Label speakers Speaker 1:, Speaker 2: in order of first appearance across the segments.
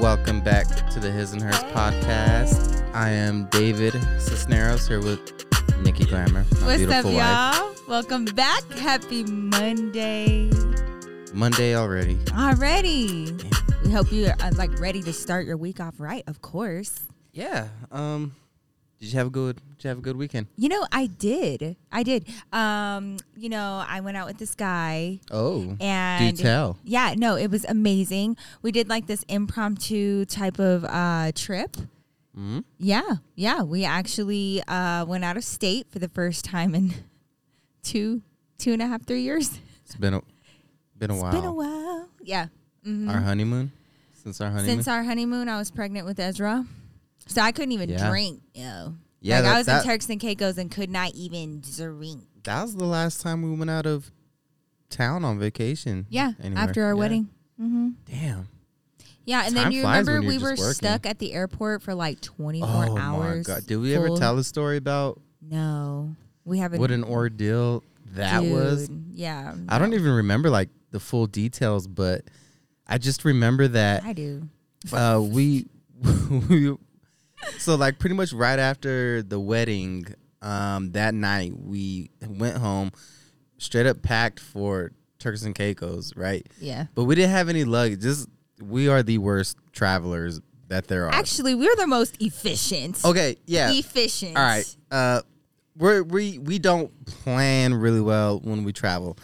Speaker 1: Welcome back to the His and Hers podcast. I am David Cisneros here with Nikki Glamour, my
Speaker 2: What's up,
Speaker 1: beautiful wife.
Speaker 2: y'all? Welcome back. Happy Monday
Speaker 1: Monday already.
Speaker 2: already. We hope you are uh, like ready to start your week off right. Of course.
Speaker 1: Yeah. Um. Did you have a good? Did you have a good weekend?
Speaker 2: You know, I did. I did. Um, you know, I went out with this guy
Speaker 1: Oh.
Speaker 2: and
Speaker 1: Do tell.
Speaker 2: Yeah, no, it was amazing. We did like this impromptu type of uh trip.
Speaker 1: Mm?
Speaker 2: Yeah, yeah. We actually uh went out of state for the first time in two, two and a half, three years.
Speaker 1: It's been a been a while.
Speaker 2: It's been a while. Yeah. Mhm.
Speaker 1: Our honeymoon. Since our honeymoon.
Speaker 2: Since our honeymoon, I was pregnant with Ezra. So I couldn't even
Speaker 1: Yeah.
Speaker 2: drink. Yo.
Speaker 1: yeah.
Speaker 2: like
Speaker 1: that,
Speaker 2: I was
Speaker 1: that,
Speaker 2: in Turks and Caicos and could not even drink.
Speaker 1: that was the last time we went out of town on vacation.
Speaker 2: Yeah.
Speaker 1: Anywhere.
Speaker 2: After our
Speaker 1: Yeah.
Speaker 2: wedding. Mm-hmm.
Speaker 1: Damn.
Speaker 2: Yeah. And
Speaker 1: Time
Speaker 2: then you
Speaker 1: flies
Speaker 2: remember
Speaker 1: when
Speaker 2: we
Speaker 1: you're
Speaker 2: were
Speaker 1: just working.
Speaker 2: stuck at the airport for like 24
Speaker 1: oh
Speaker 2: hours.
Speaker 1: my god. Did we ever
Speaker 2: full-
Speaker 1: tell the story about
Speaker 2: No. We haven't.
Speaker 1: what an ordeal that was?
Speaker 2: Dude, Yeah.
Speaker 1: I don't even remember like the full details, but I just remember that
Speaker 2: I do.
Speaker 1: uh, we, we so like pretty much right after the wedding um, that night we went home straight up packed for Turks and Caicos, right?
Speaker 2: Yeah.
Speaker 1: But we didn't have any luggage. Just we are the worst travelers that there are.
Speaker 2: Actually, we're the most efficient.
Speaker 1: okay, Oh, yeah.
Speaker 2: Efficient.
Speaker 1: All right. Uh, we're, we we don't plan really well when we travel.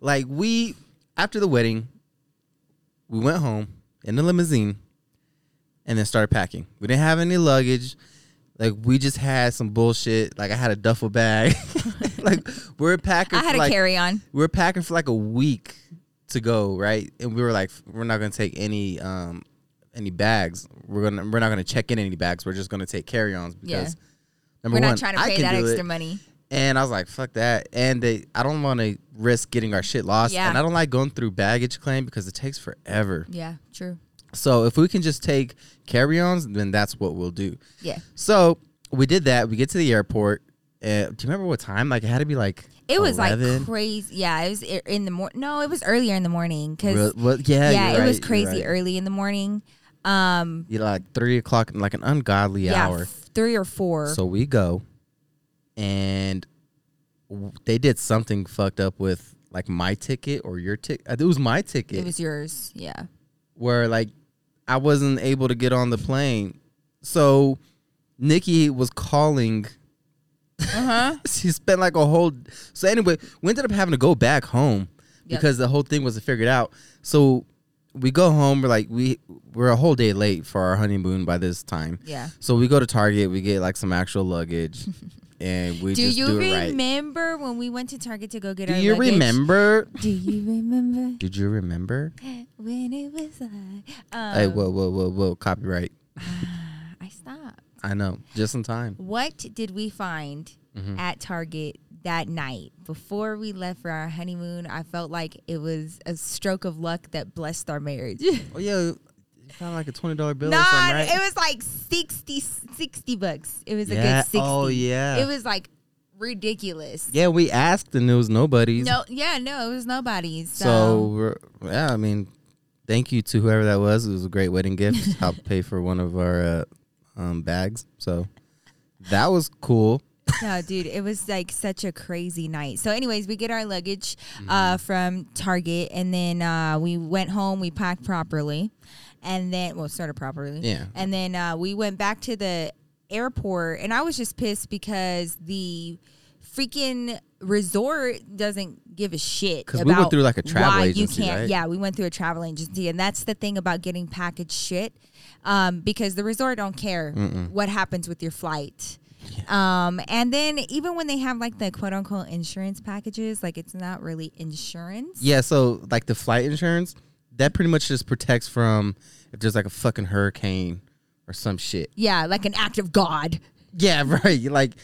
Speaker 1: Like we after the wedding, we went home in the limousine, and then started packing. We didn't have any luggage. Like we just had some bullshit. Like I had a duffel bag. like we're packing.
Speaker 2: I had
Speaker 1: for
Speaker 2: a
Speaker 1: like,
Speaker 2: carry on.
Speaker 1: we were packing for like a week to go, right? And we were like, we're not gonna take any um any bags. We're gonna we're not gonna check in any bags. We're just gonna take carry-ons
Speaker 2: Yeah.
Speaker 1: because number
Speaker 2: We're
Speaker 1: one,
Speaker 2: not trying to
Speaker 1: I
Speaker 2: pay
Speaker 1: can
Speaker 2: that
Speaker 1: do
Speaker 2: extra
Speaker 1: it.
Speaker 2: money.
Speaker 1: And I was like, fuck that. And they, I don't want to risk getting our shit lost.
Speaker 2: Yeah.
Speaker 1: And I don't like going through baggage claim because it takes forever.
Speaker 2: Yeah, true.
Speaker 1: So if we can just take carry-ons, then that's what we'll do.
Speaker 2: Yeah.
Speaker 1: So we did that. We get to the airport. Uh, do you remember what time? Like it had to be like
Speaker 2: It was
Speaker 1: 11?
Speaker 2: like crazy. Yeah, it was i- in the morning. No, it was earlier in the morning
Speaker 1: Real-
Speaker 2: because
Speaker 1: well, yeah,
Speaker 2: yeah,
Speaker 1: you're
Speaker 2: it
Speaker 1: right,
Speaker 2: was
Speaker 1: you're
Speaker 2: crazy
Speaker 1: right.
Speaker 2: early in the morning. Um,
Speaker 1: you know, like three o'clock, like an ungodly
Speaker 2: yeah,
Speaker 1: hour.
Speaker 2: f- three or four.
Speaker 1: So we go, and w- they did something fucked up with like my ticket or your ticket. It was my ticket,
Speaker 2: it was yours. Yeah,
Speaker 1: where like I wasn't able to get on the plane. So Nikki was calling.
Speaker 2: uh huh.
Speaker 1: She spent like a whole. So anyway, we ended up having to go back home
Speaker 2: Yep.
Speaker 1: because the whole thing wasn't figured out. So we go home. We're like we we're a whole day late for our honeymoon by this time.
Speaker 2: Yeah.
Speaker 1: So we go to Target, we get like some actual luggage, and we
Speaker 2: Do
Speaker 1: just
Speaker 2: you
Speaker 1: do it right.
Speaker 2: remember when we went to Target to go get
Speaker 1: Do
Speaker 2: our?
Speaker 1: you
Speaker 2: luggage?
Speaker 1: remember?
Speaker 2: Do you remember
Speaker 1: Did you remember?
Speaker 2: when it was like? Um,
Speaker 1: hey, whoa, whoa, whoa, whoa! Copyright.
Speaker 2: I stopped.
Speaker 1: I know, just in time.
Speaker 2: What did we find
Speaker 1: Mm-hmm.
Speaker 2: at Target that night before we left for our honeymoon? I felt like it was a stroke of luck that blessed our marriage.
Speaker 1: Oh yeah, you found like a twenty dollar bill
Speaker 2: Nah,
Speaker 1: or something, right?
Speaker 2: it was like 60, 60 bucks. It was a
Speaker 1: Yeah,
Speaker 2: good 60.
Speaker 1: oh, yeah.
Speaker 2: It was like ridiculous.
Speaker 1: yeah, we asked and it was nobody's.
Speaker 2: No, yeah, no, it was nobody's.
Speaker 1: So
Speaker 2: So,
Speaker 1: we're, yeah, I mean, thank you to whoever that was. It was a great wedding gift. Helped pay for one of our uh, um, bags, so that was cool.
Speaker 2: no, dude, it was like such a crazy night. So, anyways, we get our luggage uh,
Speaker 1: Mm-hmm.
Speaker 2: from Target and then uh, we went home, we packed properly, and then, well, started properly.
Speaker 1: Yeah.
Speaker 2: And then uh, we went back to the airport, and I was just pissed because the freaking resort doesn't give a shit.
Speaker 1: 'Cause we went
Speaker 2: about
Speaker 1: through, like, a travel
Speaker 2: why
Speaker 1: agency,
Speaker 2: You can't,
Speaker 1: right?
Speaker 2: Yeah, we went through a travel agency, and that's the thing about getting packaged shit, um, because the resort don't care what happens with your flight. Um, and then even when they have like the quote unquote insurance packages, like it's not really insurance.
Speaker 1: Yeah, so like the flight insurance, that pretty much just protects from if there's like a fucking hurricane or some shit.
Speaker 2: Yeah, like an act of God.
Speaker 1: Yeah, right. Like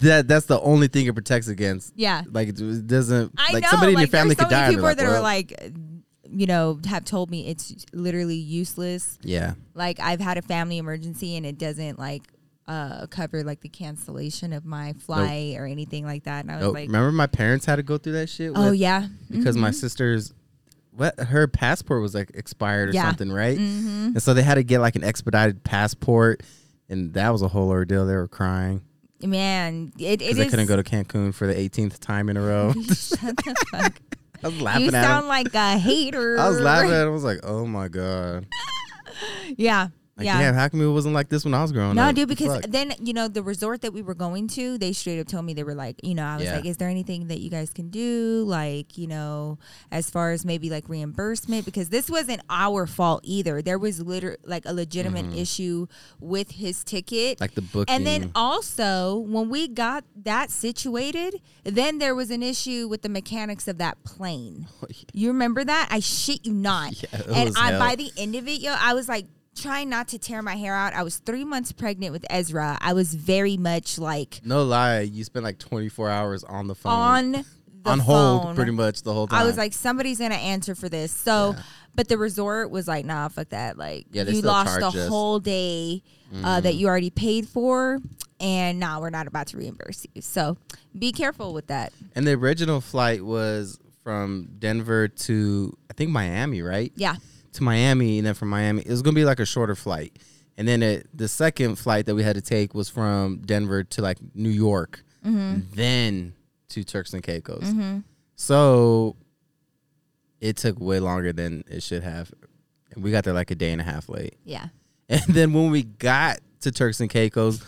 Speaker 1: that that's the only thing it protects against.
Speaker 2: Yeah.
Speaker 1: Like it just doesn't
Speaker 2: I
Speaker 1: like
Speaker 2: know.
Speaker 1: somebody in
Speaker 2: like,
Speaker 1: your family
Speaker 2: there's
Speaker 1: could
Speaker 2: so many
Speaker 1: die. and
Speaker 2: people
Speaker 1: they're like,
Speaker 2: that are
Speaker 1: "Well,
Speaker 2: like, you know, have told me it's literally useless.
Speaker 1: Yeah.
Speaker 2: Like I've had a family emergency and it doesn't like uh, cover like the cancellation of my flight or anything like that. And I was
Speaker 1: Oh,
Speaker 2: like,
Speaker 1: remember my parents had to go through that shit
Speaker 2: oh
Speaker 1: with-
Speaker 2: yeah,
Speaker 1: because my sisters what her passport was like expired or
Speaker 2: Yeah. Mm-hmm.
Speaker 1: something, right? And so they had to get like an expedited passport, and that was a whole ordeal. They were crying
Speaker 2: Man, it, it
Speaker 1: because they
Speaker 2: is.
Speaker 1: couldn't go to Cancun for the 18th time in a row.
Speaker 2: Shut the fuck.
Speaker 1: I was laughing
Speaker 2: you
Speaker 1: at
Speaker 2: sound
Speaker 1: him.
Speaker 2: like a hater.
Speaker 1: I was laughing at him. I was like, oh my god,
Speaker 2: Yeah.
Speaker 1: like,
Speaker 2: yeah.
Speaker 1: damn, how come it wasn't like this when I was growing
Speaker 2: No,
Speaker 1: up?
Speaker 2: dude, because
Speaker 1: Fuck.
Speaker 2: then, you know, the resort that we were going to, they straight up told me they were like, you know, I was
Speaker 1: Yeah.
Speaker 2: like, is there anything that you guys can do? Like, you know, as far as maybe like reimbursement, because this wasn't our fault either. There was liter- like a legitimate issue with his ticket.
Speaker 1: Mm-hmm. like the booking,
Speaker 2: and then also, when we got that situated, then there was an issue with the mechanics of that plane. You remember that? I shit you not.
Speaker 1: Oh, Yeah, it
Speaker 2: and
Speaker 1: was
Speaker 2: I,
Speaker 1: hell.
Speaker 2: by the end of it, yo, I was like trying not to tear my hair out. I was three months pregnant with Ezra. I was very much like
Speaker 1: no lie, you spent like 24 hours on the phone
Speaker 2: on the
Speaker 1: on hold
Speaker 2: phone.
Speaker 1: pretty much the whole time.
Speaker 2: I was like, somebody's gonna answer for this. So, but the resort was like, nah, fuck that. Like,
Speaker 1: Yeah, they
Speaker 2: you
Speaker 1: still
Speaker 2: lost the
Speaker 1: charge us. Mm-hmm.
Speaker 2: whole day uh, that you already paid for, and nah, we're not about to reimburse you. So, be careful with that.
Speaker 1: And the original flight was from Denver to I think Miami, right?
Speaker 2: Yeah,
Speaker 1: To Miami, and then from Miami, it was gonna be like a shorter flight. And then it, the second flight that we had to take was from Denver to like New York,
Speaker 2: Mm-hmm.
Speaker 1: then to Turks and Caicos. So it took way longer than it should have. And we got there like a day and a half late.
Speaker 2: yeah.
Speaker 1: And then when we got to Turks and Caicos,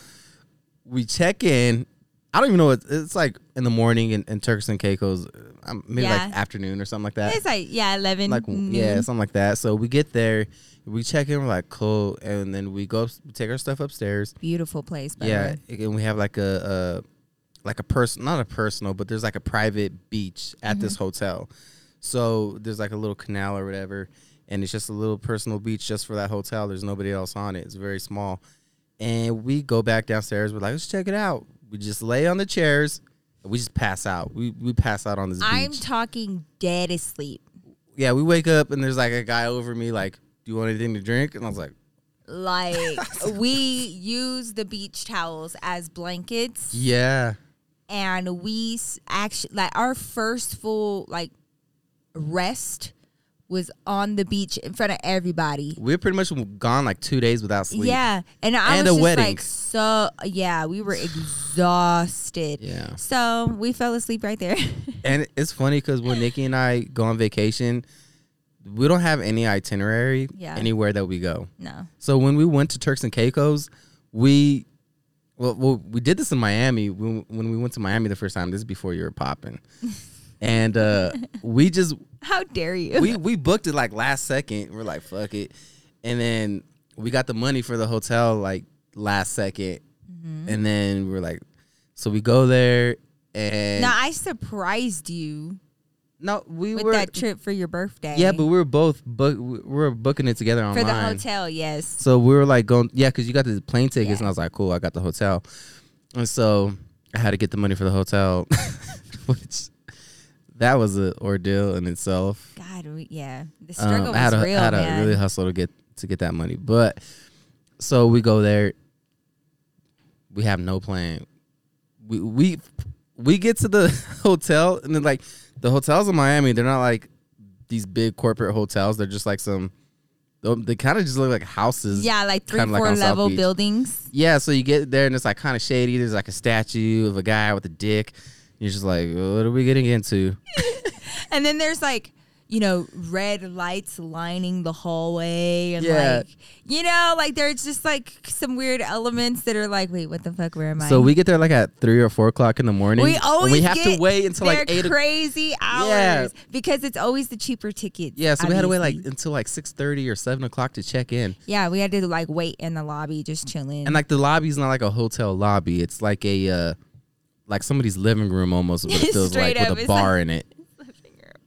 Speaker 1: we check in. I don't even know what it's like in the morning in, in Turks and Caicos, um, maybe like
Speaker 2: Yeah.
Speaker 1: afternoon or something like that.
Speaker 2: It's mm-hmm. like yeah, eleven.
Speaker 1: Uh, like yeah, something like that. So we get there, we check in, we're like cool, and then we go up- we take our stuff upstairs.
Speaker 2: beautiful place. By yeah,
Speaker 1: Yeah, and we have like a, a like a person, not a personal, but there's like a private beach at this hotel. So there's like a little canal or whatever, and it's just a little personal beach just for that hotel. There's nobody else on it. It's very small, and we go back downstairs. We're like, let's check it out. We just lay on the chairs. and We just pass out. We we pass out on this beach.
Speaker 2: I'm talking dead asleep.
Speaker 1: yeah, we wake up and there's like a guy over me like, do you want anything to drink? And I was like,
Speaker 2: Like we use the beach towels as blankets.
Speaker 1: yeah.
Speaker 2: and we actually like our first full like rest was on the beach in front of everybody.
Speaker 1: We were pretty much gone like two days without sleep.
Speaker 2: Yeah, and I
Speaker 1: And
Speaker 2: was
Speaker 1: a
Speaker 2: just
Speaker 1: wedding.
Speaker 2: like so. Yeah, we were exhausted.
Speaker 1: Yeah.
Speaker 2: so we fell asleep right there.
Speaker 1: And it's funny because when Nikki and I go on vacation, we don't have any itinerary
Speaker 2: Yeah.
Speaker 1: anywhere that we go.
Speaker 2: no,
Speaker 1: So when we went to Turks and Caicos, we well, well we did this in Miami when, when we went to Miami the first time. This is before you were popping, and uh, we just
Speaker 2: how dare you?
Speaker 1: we we booked it like last second. We're like fuck it, and then we got the money for the hotel like last 2nd
Speaker 2: Mm-hmm.
Speaker 1: and then we're like, so we go there and
Speaker 2: no, I surprised you
Speaker 1: no we
Speaker 2: with
Speaker 1: were
Speaker 2: that trip for your birthday.
Speaker 1: Yeah, but we were both book. We were booking it together
Speaker 2: for
Speaker 1: online.
Speaker 2: the hotel, yes.
Speaker 1: So we were like going, yeah, because you got the plane tickets,
Speaker 2: Yeah.
Speaker 1: and I was like, cool, I got the hotel, and so I had to get the money for the hotel, which that was an ordeal in itself.
Speaker 2: God, we, yeah, the
Speaker 1: Um,
Speaker 2: struggle
Speaker 1: I had,
Speaker 2: was
Speaker 1: to,
Speaker 2: real,
Speaker 1: I had to
Speaker 2: man.
Speaker 1: really hustle to get to get that money, but so we go there. We have no plan. We we we get to the hotel and then like the hotels in Miami, they're not like these big corporate hotels. They're just like some. They, kind of just look like houses.
Speaker 2: yeah, like three,
Speaker 1: kinda like
Speaker 2: four
Speaker 1: on South
Speaker 2: level
Speaker 1: Beach.
Speaker 2: buildings.
Speaker 1: Yeah, so you get there and it's like kind of shady. There's like a statue of a guy with a dick. You're just like, what are we getting into?
Speaker 2: And then there's like, you know, red lights lining the hallway and
Speaker 1: Yeah.
Speaker 2: like you know, like there's just like some weird elements that are like, wait, what the fuck, where am I?
Speaker 1: So we get there like at three or four o'clock in the morning.
Speaker 2: we
Speaker 1: and
Speaker 2: always
Speaker 1: we have
Speaker 2: get
Speaker 1: to wait until like
Speaker 2: their
Speaker 1: eight. o-
Speaker 2: crazy hours
Speaker 1: Yeah.
Speaker 2: because it's always the cheaper tickets.
Speaker 1: yeah, so we had to wait like
Speaker 2: obviously.
Speaker 1: until like six thirty or seven o'clock to check in.
Speaker 2: yeah, we had to like wait in the lobby just chilling.
Speaker 1: And like the lobby's not like a hotel lobby. It's like a uh like somebody's living room almost what it feels
Speaker 2: Straight
Speaker 1: like
Speaker 2: up,
Speaker 1: with a
Speaker 2: it's
Speaker 1: bar in it.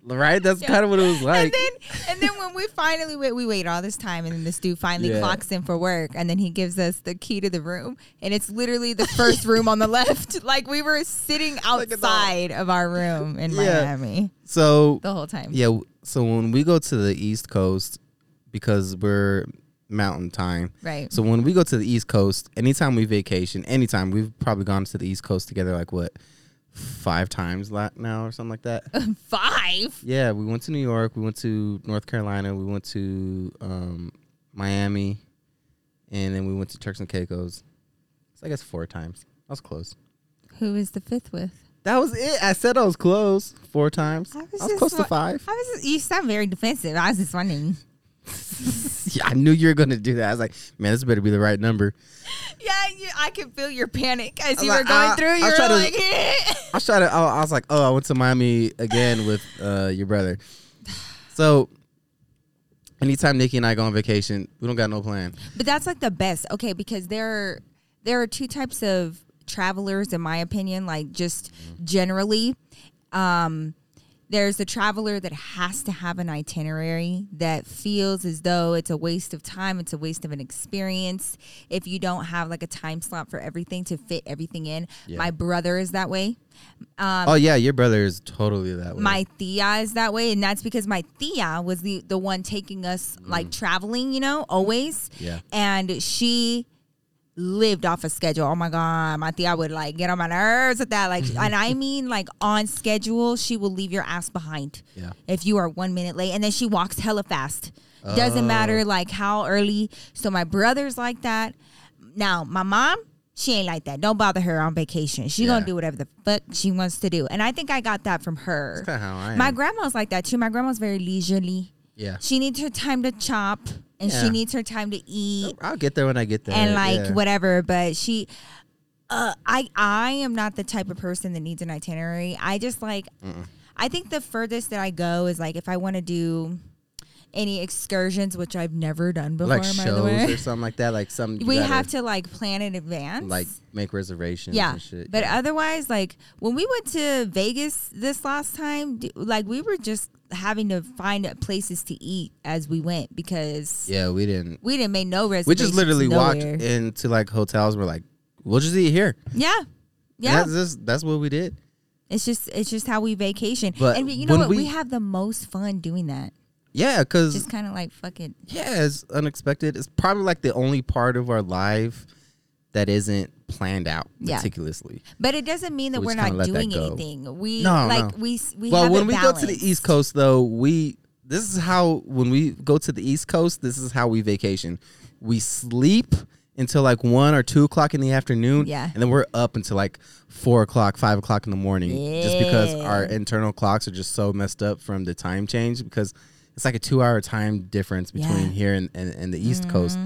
Speaker 1: Right? That's
Speaker 2: Yeah.
Speaker 1: kind of what it was
Speaker 2: and
Speaker 1: like.
Speaker 2: then and then when we finally wait, we wait all this time, and then this dude finally
Speaker 1: Yeah.
Speaker 2: clocks in for work, and then he gives us the key to the room, and it's literally the first room on the left. Like we were sitting
Speaker 1: at that.
Speaker 2: outside of our room in
Speaker 1: Yeah.
Speaker 2: Miami
Speaker 1: so
Speaker 2: the whole time.
Speaker 1: Yeah. w- So when we go to the East Coast, because we're mountain time.
Speaker 2: Right.
Speaker 1: So when we go to the East Coast, anytime we vacation, anytime we've probably gone to the East Coast together, like what, five times la- now or something like that.
Speaker 2: Five.
Speaker 1: yeah, we went to New York, we went to North Carolina, we went to um, Miami, and then we went to Turks and Caicos. So I guess four times. I was close.
Speaker 2: Who is the fifth with?
Speaker 1: That was it. I said I was close four times. I was,
Speaker 2: just
Speaker 1: close
Speaker 2: wa-
Speaker 1: to five.
Speaker 2: I was just- you sound very defensive. I was just wondering.
Speaker 1: Yeah, I knew you were going to do that. I was like, man, this better be the right number.
Speaker 2: Yeah, you, I could feel your panic as
Speaker 1: I'm
Speaker 2: you
Speaker 1: like,
Speaker 2: were going
Speaker 1: I-
Speaker 2: through.
Speaker 1: I
Speaker 2: You
Speaker 1: was
Speaker 2: were
Speaker 1: trying
Speaker 2: like,
Speaker 1: to- I was trying to. I, I was like, oh, I went to Miami again with uh, your brother. So, anytime Nikki and I go on vacation, we don't got no plan.
Speaker 2: but that's like the best. Okay, because there there are two types of travelers, in my opinion. Like just generally, um, there's the traveler that has to have an itinerary that feels as though it's a waste of time, it's a waste of an experience if you don't have like a time slot for everything to fit everything in.
Speaker 1: Yeah.
Speaker 2: My brother is that way.
Speaker 1: oh yeah, your brother is totally that way.
Speaker 2: Um, my thea is that way and that's because my thea was the the one taking us like traveling you know always
Speaker 1: Mm-hmm. Yeah.
Speaker 2: and she lived off a schedule oh my god my thea would like get on my nerves with that like
Speaker 1: Mm-hmm.
Speaker 2: and i mean like on schedule she will leave your ass behind
Speaker 1: Yeah.
Speaker 2: if you are one minute late and then she walks hella fast doesn't
Speaker 1: Oh.
Speaker 2: matter like how early so my brother's like that now my mom she ain't like that don't bother her on vacation she
Speaker 1: Yeah.
Speaker 2: gonna do whatever the fuck she wants to do and i think i got that from her
Speaker 1: That's kinda how I am.
Speaker 2: my grandma's like that too my grandma's very leisurely
Speaker 1: yeah.
Speaker 2: she needs her time to chop and
Speaker 1: Yeah.
Speaker 2: she needs her time to eat
Speaker 1: I'll get there when I get there.
Speaker 2: and like
Speaker 1: yeah.
Speaker 2: whatever but she uh, I I am not the type of person that needs an itinerary. I just like I think the furthest that I go is like if I want to do any excursions, which I've never done before.
Speaker 1: like
Speaker 2: by the way,
Speaker 1: shows or something like that. Like some you
Speaker 2: we
Speaker 1: gotta,
Speaker 2: have to like plan in advance.
Speaker 1: like make reservations.
Speaker 2: yeah,
Speaker 1: and shit.
Speaker 2: but
Speaker 1: yeah.
Speaker 2: otherwise, like when we went to Vegas this last time, d- like we were just having to find places to eat as we went because
Speaker 1: yeah, we didn't.
Speaker 2: we didn't make no reservations.
Speaker 1: We just literally walked
Speaker 2: nowhere.
Speaker 1: into like hotels. We're like, we'll just eat here. And
Speaker 2: Yeah, yeah.
Speaker 1: that's just, that's what we did.
Speaker 2: It's just it's just how we vacation.
Speaker 1: But
Speaker 2: and we- you know
Speaker 1: when
Speaker 2: what? We,
Speaker 1: we-
Speaker 2: have the most fun doing that.
Speaker 1: Yeah, because
Speaker 2: Just kind of like fuck it.
Speaker 1: yeah, it's unexpected. It's probably like the only part of our life that isn't planned out
Speaker 2: Yeah.
Speaker 1: meticulously.
Speaker 2: But it doesn't mean that
Speaker 1: We
Speaker 2: we are
Speaker 1: just kinda
Speaker 2: not
Speaker 1: let that
Speaker 2: doing
Speaker 1: go.
Speaker 2: anything. We
Speaker 1: No,
Speaker 2: like
Speaker 1: no.
Speaker 2: we s- we
Speaker 1: well,
Speaker 2: have
Speaker 1: when
Speaker 2: it
Speaker 1: we go to
Speaker 2: balanced.
Speaker 1: the East Coast, though, we this is how when we go to the East Coast, this is how we vacation. We sleep until like one or two o'clock in the afternoon,
Speaker 2: Yeah.
Speaker 1: and then we're up until like four o'clock, five o'clock in the morning, just because our internal clocks are just so messed up from the time change because. It's like a two-hour time difference between
Speaker 2: Yeah. Mm-hmm.
Speaker 1: here and, and, and the East Coast.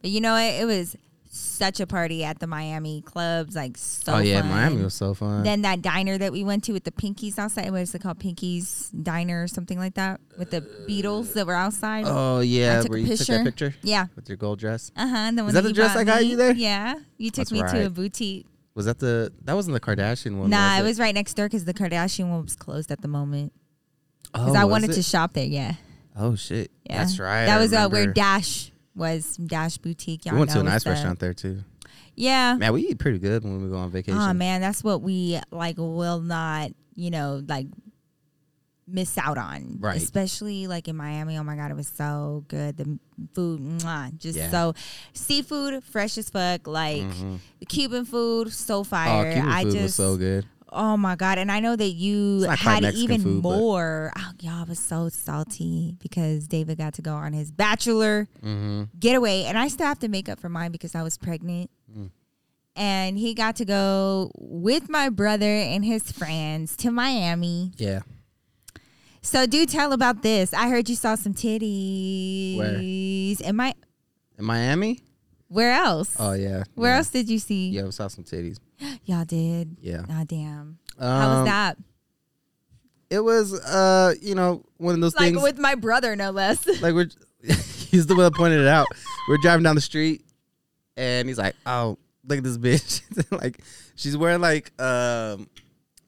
Speaker 2: But you know what? It was such a party at the Miami clubs. Like so.
Speaker 1: oh yeah,
Speaker 2: fun.
Speaker 1: Miami was so fun.
Speaker 2: Then that diner that we went to with the Pinkies outside. What is it called? Pinkies Diner or something like that with the Beatles that were outside.
Speaker 1: oh
Speaker 2: I
Speaker 1: yeah,
Speaker 2: took
Speaker 1: where
Speaker 2: a
Speaker 1: you
Speaker 2: picture.
Speaker 1: took that picture
Speaker 2: Yeah.
Speaker 1: with your gold dress.
Speaker 2: Uh huh. The one
Speaker 1: that the
Speaker 2: you
Speaker 1: dress
Speaker 2: brought
Speaker 1: I got
Speaker 2: me.
Speaker 1: you there?
Speaker 2: Yeah. You took
Speaker 1: That's
Speaker 2: me to a
Speaker 1: right.
Speaker 2: boutique.
Speaker 1: Was that the that wasn't the Kardashian one?
Speaker 2: Nah,
Speaker 1: was
Speaker 2: it
Speaker 1: it
Speaker 2: was right next door because the Kardashian one was closed at the moment.
Speaker 1: Oh,
Speaker 2: Because I
Speaker 1: was
Speaker 2: wanted
Speaker 1: it?
Speaker 2: to shop there. Yeah.
Speaker 1: Oh shit!
Speaker 2: Yeah.
Speaker 1: That's right.
Speaker 2: That
Speaker 1: I
Speaker 2: was uh, where
Speaker 1: remember.
Speaker 2: Dash was Dash Boutique. Y'all
Speaker 1: We went to a
Speaker 2: know,
Speaker 1: nice
Speaker 2: was the-
Speaker 1: restaurant there too.
Speaker 2: Yeah.
Speaker 1: Man, we eat pretty good when we go on vacation.
Speaker 2: Oh man, that's what we like will not, you know, like miss out on.
Speaker 1: Right.
Speaker 2: Especially like in Miami. Oh my god, it was so good. The m- food, mwah, just
Speaker 1: Yeah.
Speaker 2: so seafood, fresh as fuck. Like
Speaker 1: Mhm.
Speaker 2: the Cuban food, so
Speaker 1: Oh,
Speaker 2: fire.
Speaker 1: Cuban
Speaker 2: I
Speaker 1: food
Speaker 2: just
Speaker 1: was so good.
Speaker 2: Oh my god! And I know that you
Speaker 1: It's not quite
Speaker 2: had
Speaker 1: Mexican
Speaker 2: even
Speaker 1: food, but-
Speaker 2: more. Oh, y'all was so salty because David got to go on his bachelor
Speaker 1: hmm
Speaker 2: getaway, and I still have to make up for mine because I was pregnant.
Speaker 1: Mm.
Speaker 2: And he got to go with my brother and his friends to Miami.
Speaker 1: Yeah.
Speaker 2: So do tell about this. I heard you saw some titties. Am I?
Speaker 1: In Miami?
Speaker 2: Where else?
Speaker 1: Oh yeah.
Speaker 2: Where
Speaker 1: yeah.
Speaker 2: else did you see?
Speaker 1: Yeah, we saw some titties.
Speaker 2: Y'all did.
Speaker 1: Yeah.
Speaker 2: Ah, damn.
Speaker 1: Um,
Speaker 2: How was that?
Speaker 1: It was, uh, you know, one of those
Speaker 2: Like
Speaker 1: things.
Speaker 2: with my brother, no less.
Speaker 1: like we're, he's the one that pointed it out. We're driving down the street, and he's like, "Oh, look at this bitch! like, she's wearing like um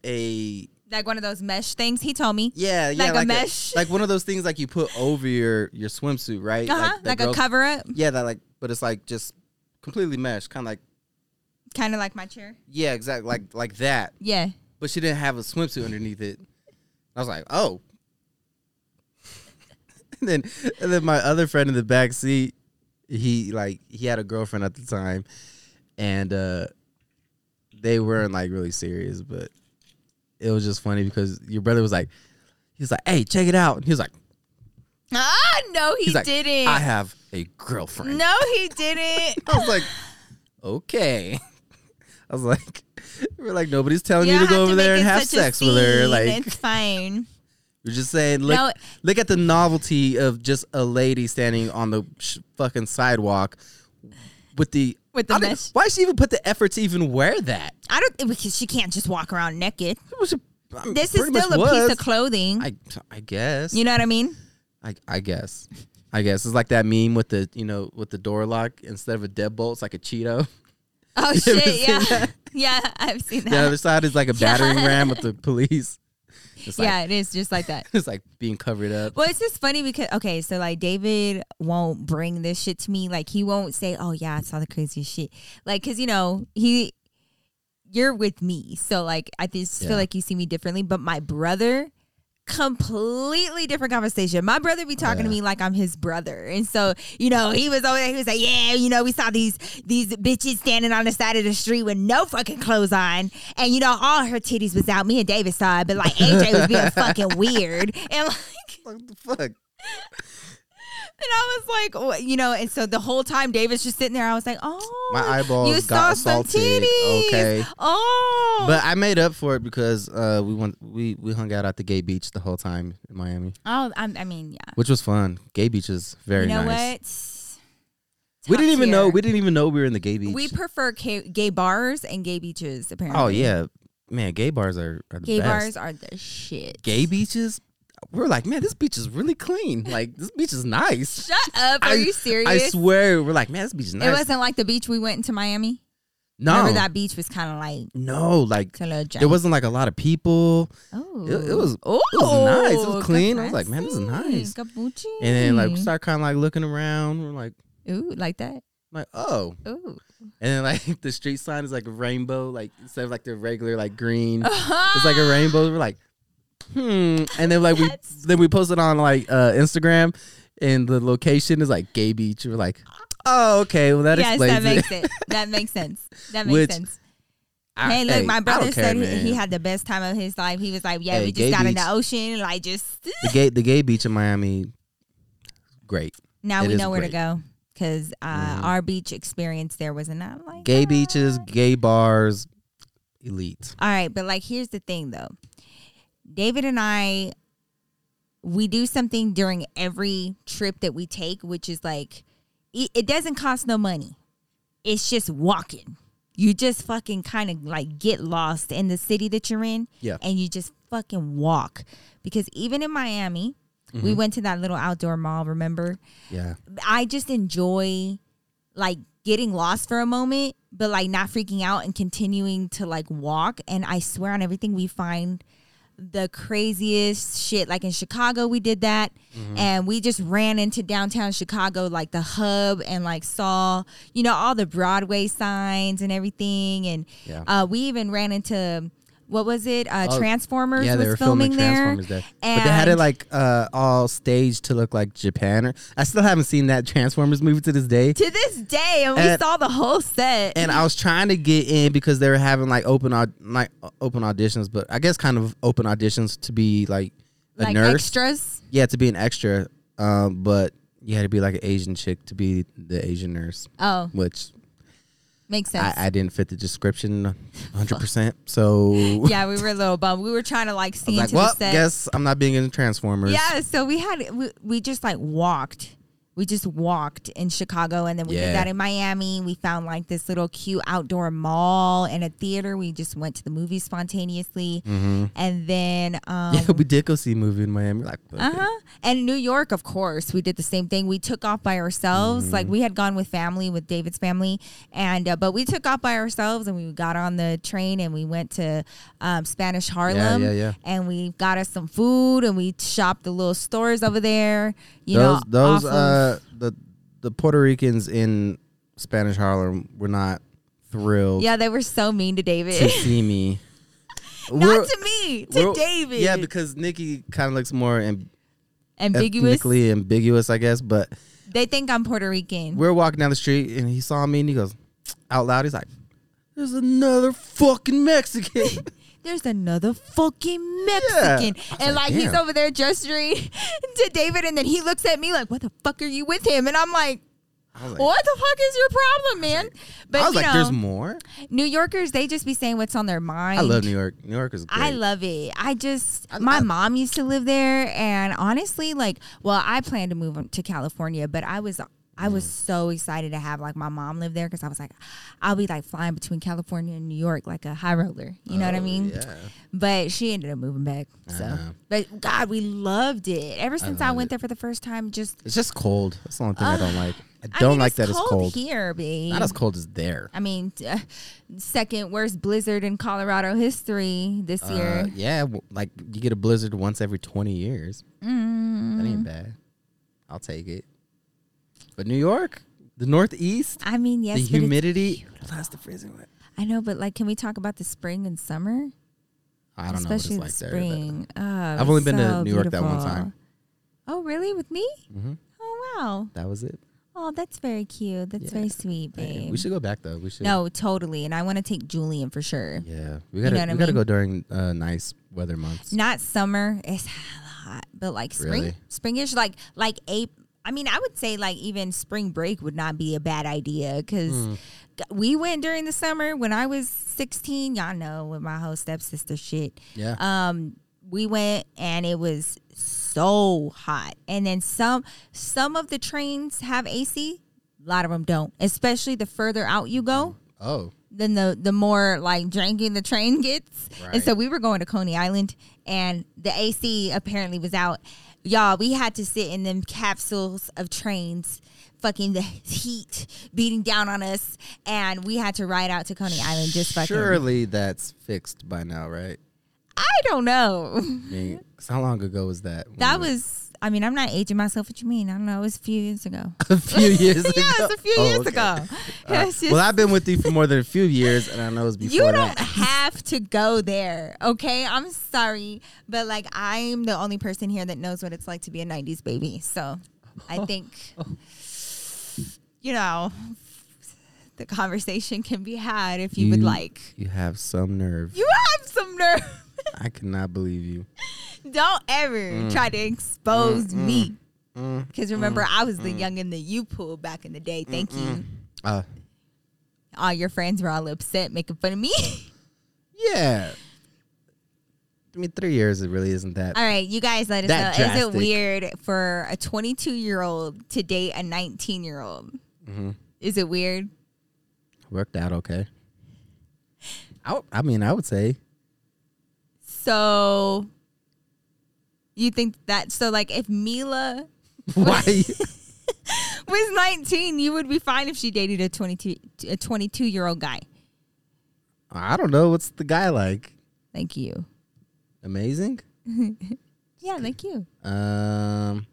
Speaker 1: a
Speaker 2: like one of those mesh things. He told me.
Speaker 1: Yeah, yeah,
Speaker 2: Like a mesh?
Speaker 1: like one of those things like you put over your your swimsuit, right?
Speaker 2: Uh-huh.
Speaker 1: that
Speaker 2: Like, a
Speaker 1: girls-
Speaker 2: cover up,
Speaker 1: Yeah, that like, but it's like just completely mesh, kind of like
Speaker 2: kind of like my chair.
Speaker 1: yeah, exactly, like like that.
Speaker 2: Yeah.
Speaker 1: But she didn't have a swimsuit underneath it. I was like, oh. and then and then my other friend in the back seat, he like he had a girlfriend at the time, and uh they weren't like really serious, but it was just funny because your brother was like, he's like, hey, check it out. And he was like,
Speaker 2: Ah, no, he
Speaker 1: he's like,
Speaker 2: didn't.
Speaker 1: I have a girlfriend.
Speaker 2: no, he didn't.
Speaker 1: I was like, okay. I was like, we're like, nobody's telling
Speaker 2: You
Speaker 1: you
Speaker 2: don't
Speaker 1: to go
Speaker 2: have
Speaker 1: over
Speaker 2: to
Speaker 1: there
Speaker 2: make
Speaker 1: and
Speaker 2: it
Speaker 1: have
Speaker 2: such a
Speaker 1: sex with her.
Speaker 2: scene.
Speaker 1: Like,
Speaker 2: it's fine.
Speaker 1: You're just saying, look,
Speaker 2: No.
Speaker 1: look at the novelty of just a lady standing on the sh- fucking sidewalk with the
Speaker 2: With the
Speaker 1: I don't-
Speaker 2: mesh.
Speaker 1: Why she even put the effort to even wear that?
Speaker 2: I don't because she can't just walk around naked.
Speaker 1: It was a- I mean,
Speaker 2: This is
Speaker 1: pretty much
Speaker 2: still a
Speaker 1: was.
Speaker 2: piece of clothing.
Speaker 1: I I guess
Speaker 2: you know what I mean?
Speaker 1: I I guess I guess it's like that meme with the you know with the door lock instead of a deadbolt, it's like a Cheeto.
Speaker 2: Oh
Speaker 1: ever
Speaker 2: shit!
Speaker 1: seen
Speaker 2: Yeah,
Speaker 1: that?
Speaker 2: yeah, I've seen
Speaker 1: The
Speaker 2: that.
Speaker 1: other side is like a battering ram with the police. It's like,
Speaker 2: yeah, it is just like that.
Speaker 1: it's like being covered up.
Speaker 2: Well, it's just funny because okay, so like David won't bring this shit to me. Like he won't say, "Oh yeah, I saw the craziest shit." Like because you know he, you're with me, so like I just
Speaker 1: Yeah.
Speaker 2: feel like you see me differently. But my brother, completely different conversation. My brother be talking to
Speaker 1: Yeah.
Speaker 2: me like I'm his brother, and so you know he was over there. He was like, "Yeah, you know, we saw these these bitches standing on the side of the street with no fucking clothes on, and you know all her titties was out. Me and David saw it, but like AJ was being fucking weird and." like
Speaker 1: What the fuck?
Speaker 2: and I was like, what- you know, and so the whole time David's just sitting there. I was like, oh,
Speaker 1: My eyeballs
Speaker 2: you
Speaker 1: got
Speaker 2: saw
Speaker 1: assaulted.
Speaker 2: Some titties.
Speaker 1: Okay.
Speaker 2: Oh,
Speaker 1: But I made up for it because uh, we went we we hung out at the gay beach the whole time in Miami,
Speaker 2: oh, I, I mean, yeah.
Speaker 1: which was fun. Gay beach is very
Speaker 2: you know
Speaker 1: nice.
Speaker 2: what?
Speaker 1: We didn't
Speaker 2: Top
Speaker 1: even know
Speaker 2: tier.
Speaker 1: we didn't even know we were in the gay beach.
Speaker 2: We prefer ca- gay bars and gay beaches. Apparently.
Speaker 1: oh yeah, man, gay bars are, are the
Speaker 2: Gay
Speaker 1: best.
Speaker 2: bars are the shit.
Speaker 1: Gay beaches, we we're like, man, this beach is really clean. Like this beach is nice.
Speaker 2: Shut up. Are
Speaker 1: I-
Speaker 2: you serious?
Speaker 1: I swear, we're like, man, this beach is nice.
Speaker 2: It wasn't like the beach we went into Miami.
Speaker 1: no,
Speaker 2: Remember that beach was kind of like
Speaker 1: no, like
Speaker 2: it's a little janky.
Speaker 1: there wasn't like a lot of people.
Speaker 2: Oh,
Speaker 1: it was- it
Speaker 2: Oh,
Speaker 1: nice. It was clean. I was like, man, this is nice. And then like we
Speaker 2: Mm-hmm.
Speaker 1: start kind of like looking around. We're like,
Speaker 2: ooh, like that.
Speaker 1: like oh.
Speaker 2: Ooh.
Speaker 1: And then like the street sign is like a rainbow, like instead of like the regular like green, it's like a rainbow. We're like, hmm. And then like we
Speaker 2: That's-
Speaker 1: then we posted on like uh Instagram, and the location is like Gay Beach. We're like, oh okay, well that
Speaker 2: yes,
Speaker 1: explains
Speaker 2: that makes
Speaker 1: it.
Speaker 2: it. That makes sense. That makes
Speaker 1: Which-
Speaker 2: sense.
Speaker 1: I-
Speaker 2: hey, look,
Speaker 1: I
Speaker 2: my
Speaker 1: don't
Speaker 2: brother
Speaker 1: care,
Speaker 2: said he,
Speaker 1: man.
Speaker 2: he had the best time of his life. He was like, "Yeah,
Speaker 1: Hey,
Speaker 2: we
Speaker 1: gay
Speaker 2: just got in
Speaker 1: beach.
Speaker 2: the ocean, like just
Speaker 1: the gay the Gay Beach in Miami. Great,
Speaker 2: now
Speaker 1: It
Speaker 2: we
Speaker 1: is
Speaker 2: know where
Speaker 1: great.
Speaker 2: to go." Because uh,
Speaker 1: Mhm.
Speaker 2: our beach experience there was not like
Speaker 1: gay
Speaker 2: that.
Speaker 1: beaches, gay bars, elite.
Speaker 2: All right, but like here's the thing though. David and I we do something during every trip that we take, which is like it, it doesn't cost no money. It's just walking. You just fucking kind of like get lost in the city that you're in
Speaker 1: Yeah.
Speaker 2: and you just fucking walk because even in Miami, we went to that little outdoor mall, remember?
Speaker 1: Yeah,
Speaker 2: I just enjoy like getting lost for a moment, but like not freaking out and continuing to like walk. And I swear on everything, we find the craziest shit. Like in Chicago, we did that
Speaker 1: Mm-hmm.
Speaker 2: and we just ran into downtown Chicago, like the hub, and like saw, you know, all the Broadway signs and everything. And
Speaker 1: Yeah.
Speaker 2: uh, we even ran into. What was it? Uh,
Speaker 1: Oh,
Speaker 2: Transformers
Speaker 1: yeah,
Speaker 2: was
Speaker 1: they were
Speaker 2: filming,
Speaker 1: filming
Speaker 2: there.
Speaker 1: Transformers there, but they had it
Speaker 2: and-
Speaker 1: like uh, all staged to look like Japan. Or I still haven't seen that Transformers movie to this day.
Speaker 2: to this day, and we
Speaker 1: And-
Speaker 2: saw the whole set.
Speaker 1: and I was trying to get in because they were having like open au- like uh, open auditions, but I guess kind of open auditions to be like a
Speaker 2: like
Speaker 1: nurse.
Speaker 2: extras.
Speaker 1: Yeah, to be an extra. Um, but you had to be like an Asian chick to be the Asian nurse,
Speaker 2: Oh,
Speaker 1: which
Speaker 2: makes sense.
Speaker 1: I, I didn't fit the description 100. percent So
Speaker 2: yeah, we were a little bummed. We were trying to like
Speaker 1: I
Speaker 2: see
Speaker 1: was like,
Speaker 2: into
Speaker 1: well,
Speaker 2: the set.
Speaker 1: guess I'm not being in Transformers.
Speaker 2: yeah, so we had we, we just like walked. We just walked in Chicago and then we
Speaker 1: Yeah.
Speaker 2: did that in Miami. We found like this little cute outdoor mall and a theater. We just went to the movies spontaneously.
Speaker 1: Mm-hmm.
Speaker 2: And then um
Speaker 1: Yeah, we did go see a movie in Miami. Like, okay.
Speaker 2: Uh huh. And New York, of course, we did the same thing. We took off by ourselves. Like
Speaker 1: Mm-hmm.
Speaker 2: we had gone with family, with David's family, and uh, but we took off by ourselves, and we got on the train and we went to um, Spanish Harlem.
Speaker 1: yeah, yeah.
Speaker 2: And we got us some food, and we shopped the little stores over there. You
Speaker 1: those
Speaker 2: know, off
Speaker 1: those
Speaker 2: of-
Speaker 1: uh the the Puerto Ricans in Spanish Harlem were not thrilled.
Speaker 2: yeah, they were so mean to
Speaker 1: to
Speaker 2: David.
Speaker 1: see me. We're-
Speaker 2: Not to me, to
Speaker 1: we're-
Speaker 2: David.
Speaker 1: Yeah, because Nikki kind of looks more amb-
Speaker 2: ambiguous.
Speaker 1: ethnically ambiguous, I guess. But
Speaker 2: They think I'm Puerto Rican.
Speaker 1: we're walking down the street and he saw me and he goes out loud. He's like, There's another fucking Mexican.
Speaker 2: There's another fucking Mexican.
Speaker 1: I was
Speaker 2: And
Speaker 1: like,
Speaker 2: like, he's
Speaker 1: "Damn."
Speaker 2: over there gesturing to David and then he looks at me like, What the fuck are you with him? And I'm like,
Speaker 1: I was like,
Speaker 2: What the fuck is your problem, man? But
Speaker 1: I was
Speaker 2: you
Speaker 1: like
Speaker 2: know,
Speaker 1: there's more.
Speaker 2: New Yorkers, they just be saying what's on their mind.
Speaker 1: I love New York. New York is great.
Speaker 2: I love it. I just
Speaker 1: I-
Speaker 2: my
Speaker 1: I-
Speaker 2: mom used to live there, and honestly, like, well, I planned to move to California, but I was I
Speaker 1: Mm.
Speaker 2: was so excited to have like my mom live there because I was like, I'll be like flying between California and New York like a high roller. You know what I
Speaker 1: Oh,
Speaker 2: mean?
Speaker 1: Yeah.
Speaker 2: But she ended up moving back. So,
Speaker 1: Uh-huh.
Speaker 2: but God, we loved it. Ever since I, went there for the first time, just
Speaker 1: It's just cold. That's the only thing I don't like. I
Speaker 2: I
Speaker 1: don't
Speaker 2: mean,
Speaker 1: like that
Speaker 2: it's cold
Speaker 1: it's cold.
Speaker 2: here, babe.
Speaker 1: Not as cold as there.
Speaker 2: I mean, t- uh, second worst blizzard in Colorado history this
Speaker 1: Uh,
Speaker 2: year.
Speaker 1: yeah, w- like you get a blizzard once every 20 years. That
Speaker 2: Mm.
Speaker 1: ain't bad. I'll take it. But New York, the Northeast,
Speaker 2: I mean, yes,
Speaker 1: the
Speaker 2: but it's
Speaker 1: humidity. That's the freezing wet.
Speaker 2: I know, but like, can we talk about the spring and summer?
Speaker 1: I don't
Speaker 2: Especially
Speaker 1: know what it's
Speaker 2: the
Speaker 1: like there.
Speaker 2: spring. Oh,
Speaker 1: I've only been to New York that one time.
Speaker 2: Oh, really? With me?
Speaker 1: but Mhm.
Speaker 2: Oh, wow.
Speaker 1: That was it.
Speaker 2: Oh, that's very cute. That's
Speaker 1: Yeah.
Speaker 2: very sweet,
Speaker 1: Man,
Speaker 2: babe.
Speaker 1: we should go back though. We should.
Speaker 2: no, totally. And I want to take Julian for sure.
Speaker 1: Yeah, we gotta
Speaker 2: know what I
Speaker 1: we gotta
Speaker 2: mean?
Speaker 1: go during uh, nice weather months.
Speaker 2: Not summer. It's hot, but like spring,
Speaker 1: Really?
Speaker 2: springish, like like April. I mean, I would say like even spring break would not be a bad idea because
Speaker 1: Hmm.
Speaker 2: we went during the summer when I was 16. Y'all know with my whole stepsister shit.
Speaker 1: Yeah.
Speaker 2: um we went and it was so hot and then some some of the trains have ac a lot of them don't especially the further out you go
Speaker 1: oh,
Speaker 2: then the the more like drinking the train gets and so
Speaker 1: Right.
Speaker 2: we were going to coney island and the ac apparently was out y'all we had to sit in them capsules of trains fucking the heat beating down on us and we had to ride out to coney island just fucking
Speaker 1: surely that's fixed by now, right?
Speaker 2: i don't know
Speaker 1: I mean, 'cause how long ago was that? when
Speaker 2: That
Speaker 1: we-
Speaker 2: was. I mean, I'm not aging myself. What you mean? I don't know. It was a few years ago.
Speaker 1: a few years ago.
Speaker 2: yeah, it was a few
Speaker 1: Oh,
Speaker 2: years
Speaker 1: okay.
Speaker 2: ago.
Speaker 1: All right.
Speaker 2: It's just-
Speaker 1: well, I've been with you for more than a few years, and I know it's
Speaker 2: you
Speaker 1: before
Speaker 2: don't
Speaker 1: that.
Speaker 2: have to go there, okay? I'm sorry, but like I'm the only person here that knows what it's like to be a '90s baby. So I think, you know, the conversation can be had if you, would
Speaker 1: You-
Speaker 2: like.
Speaker 1: You have some nerve.
Speaker 2: You have some nerve.
Speaker 1: I cannot believe you.
Speaker 2: don't ever
Speaker 1: Mm.
Speaker 2: try to expose me. Because remember, I was
Speaker 1: mm.
Speaker 2: the young in the you pool back in the day. Thank you.
Speaker 1: Uh,
Speaker 2: All your friends were all upset, making fun of me.
Speaker 1: yeah. I mean, three years it really isn't that.
Speaker 2: all right, you guys let us
Speaker 1: That
Speaker 2: know. Is
Speaker 1: drastic.
Speaker 2: it weird for a 22 year old to date a 19 year old?
Speaker 1: Mm-hmm.
Speaker 2: Is it weird?
Speaker 1: worked out okay. I, w- I mean, I would say
Speaker 2: So, you think that? So, like, if Mila
Speaker 1: why
Speaker 2: was 19, you would be fine if she dated a 22 a 22 year old guy.
Speaker 1: I don't know. What's the guy like?
Speaker 2: Thank you.
Speaker 1: Amazing.
Speaker 2: Yeah, like you.
Speaker 1: Um,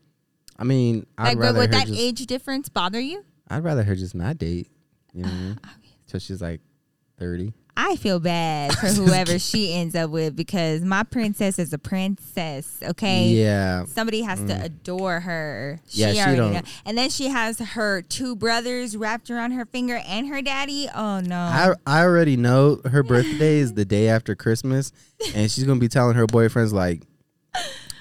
Speaker 1: I mean, I'd
Speaker 2: like, but
Speaker 1: rather her
Speaker 2: would that
Speaker 1: just.
Speaker 2: age difference bother you?
Speaker 1: I'd rather her just not date. You
Speaker 2: Uh,
Speaker 1: know, what I mean? till she's like thirty.
Speaker 2: I feel bad for whoever she ends up with because my princess is a princess. Okay.
Speaker 1: Yeah. Mm.
Speaker 2: Somebody has to adore her.
Speaker 1: Yeah, she
Speaker 2: already
Speaker 1: don't-
Speaker 2: know. And then she has her two brothers wrapped around her finger and her daddy. Oh no.
Speaker 1: I, I already know her birthday is the day after Christmas, and she's gonna be telling her boyfriends like,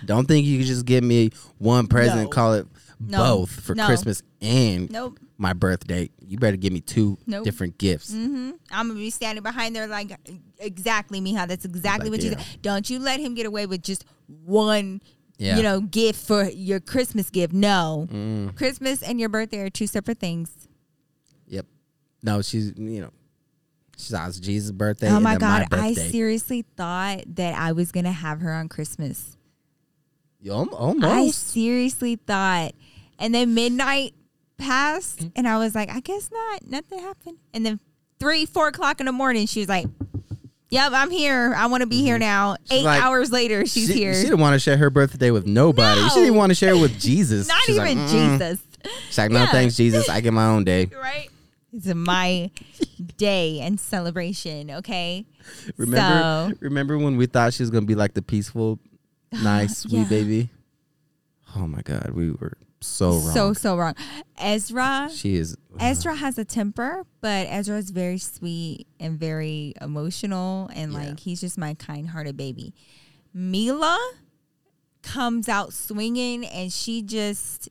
Speaker 1: "Don't think you can just give me one present.
Speaker 2: No.
Speaker 1: Call it
Speaker 2: No.
Speaker 1: both for
Speaker 2: No.
Speaker 1: Christmas and
Speaker 2: nope.
Speaker 1: my birthday. You better give me two
Speaker 2: Nope.
Speaker 1: different gifts.
Speaker 2: hmm I'm gonna be standing behind there like exactly, Miha. That's exactly
Speaker 1: Like,
Speaker 2: what you
Speaker 1: yeah.
Speaker 2: said. Don't you let him get away with just one,
Speaker 1: Yeah. Mm.
Speaker 2: you know, gift for your Christmas gift. No, Christmas and your birthday are two separate things.
Speaker 1: Yep. No, she's you know, she's out it's Jesus' birthday.
Speaker 2: oh
Speaker 1: and
Speaker 2: my
Speaker 1: then
Speaker 2: god,
Speaker 1: my
Speaker 2: I
Speaker 1: birthday.
Speaker 2: seriously thought that I was gonna have her on Christmas.
Speaker 1: Yo, al-
Speaker 2: I
Speaker 1: almost.
Speaker 2: seriously thought, and then midnight
Speaker 1: Mm.
Speaker 2: passed, and I was like, I guess not. Nothing happened. And then three, four o'clock in the morning, she was like. Yep, I'm here. I want to be here now.
Speaker 1: Mm-hmm. She's
Speaker 2: Eight
Speaker 1: like-
Speaker 2: hours later, she's
Speaker 1: she,
Speaker 2: here.
Speaker 1: She didn't want to share her birthday with nobody. She didn't
Speaker 2: No.
Speaker 1: want to share it with Jesus.
Speaker 2: Not
Speaker 1: She's like,
Speaker 2: even
Speaker 1: "Mm."
Speaker 2: Jesus,
Speaker 1: She's like, no,
Speaker 2: Yeah.
Speaker 1: thanks, Jesus. I get my own day.
Speaker 2: right? It's my day and celebration, okay?
Speaker 1: Remember, remember when we thought she was gonna be like the peaceful, nice, sweet
Speaker 2: Yeah.
Speaker 1: baby? Oh my God, we were so wrong.
Speaker 2: So so wrong. Ezra
Speaker 1: she is.
Speaker 2: Ezra has a temper, but Ezra is very sweet and very emotional and
Speaker 1: Yeah.
Speaker 2: like he's just my kind-hearted baby. Mila comes out swinging and she just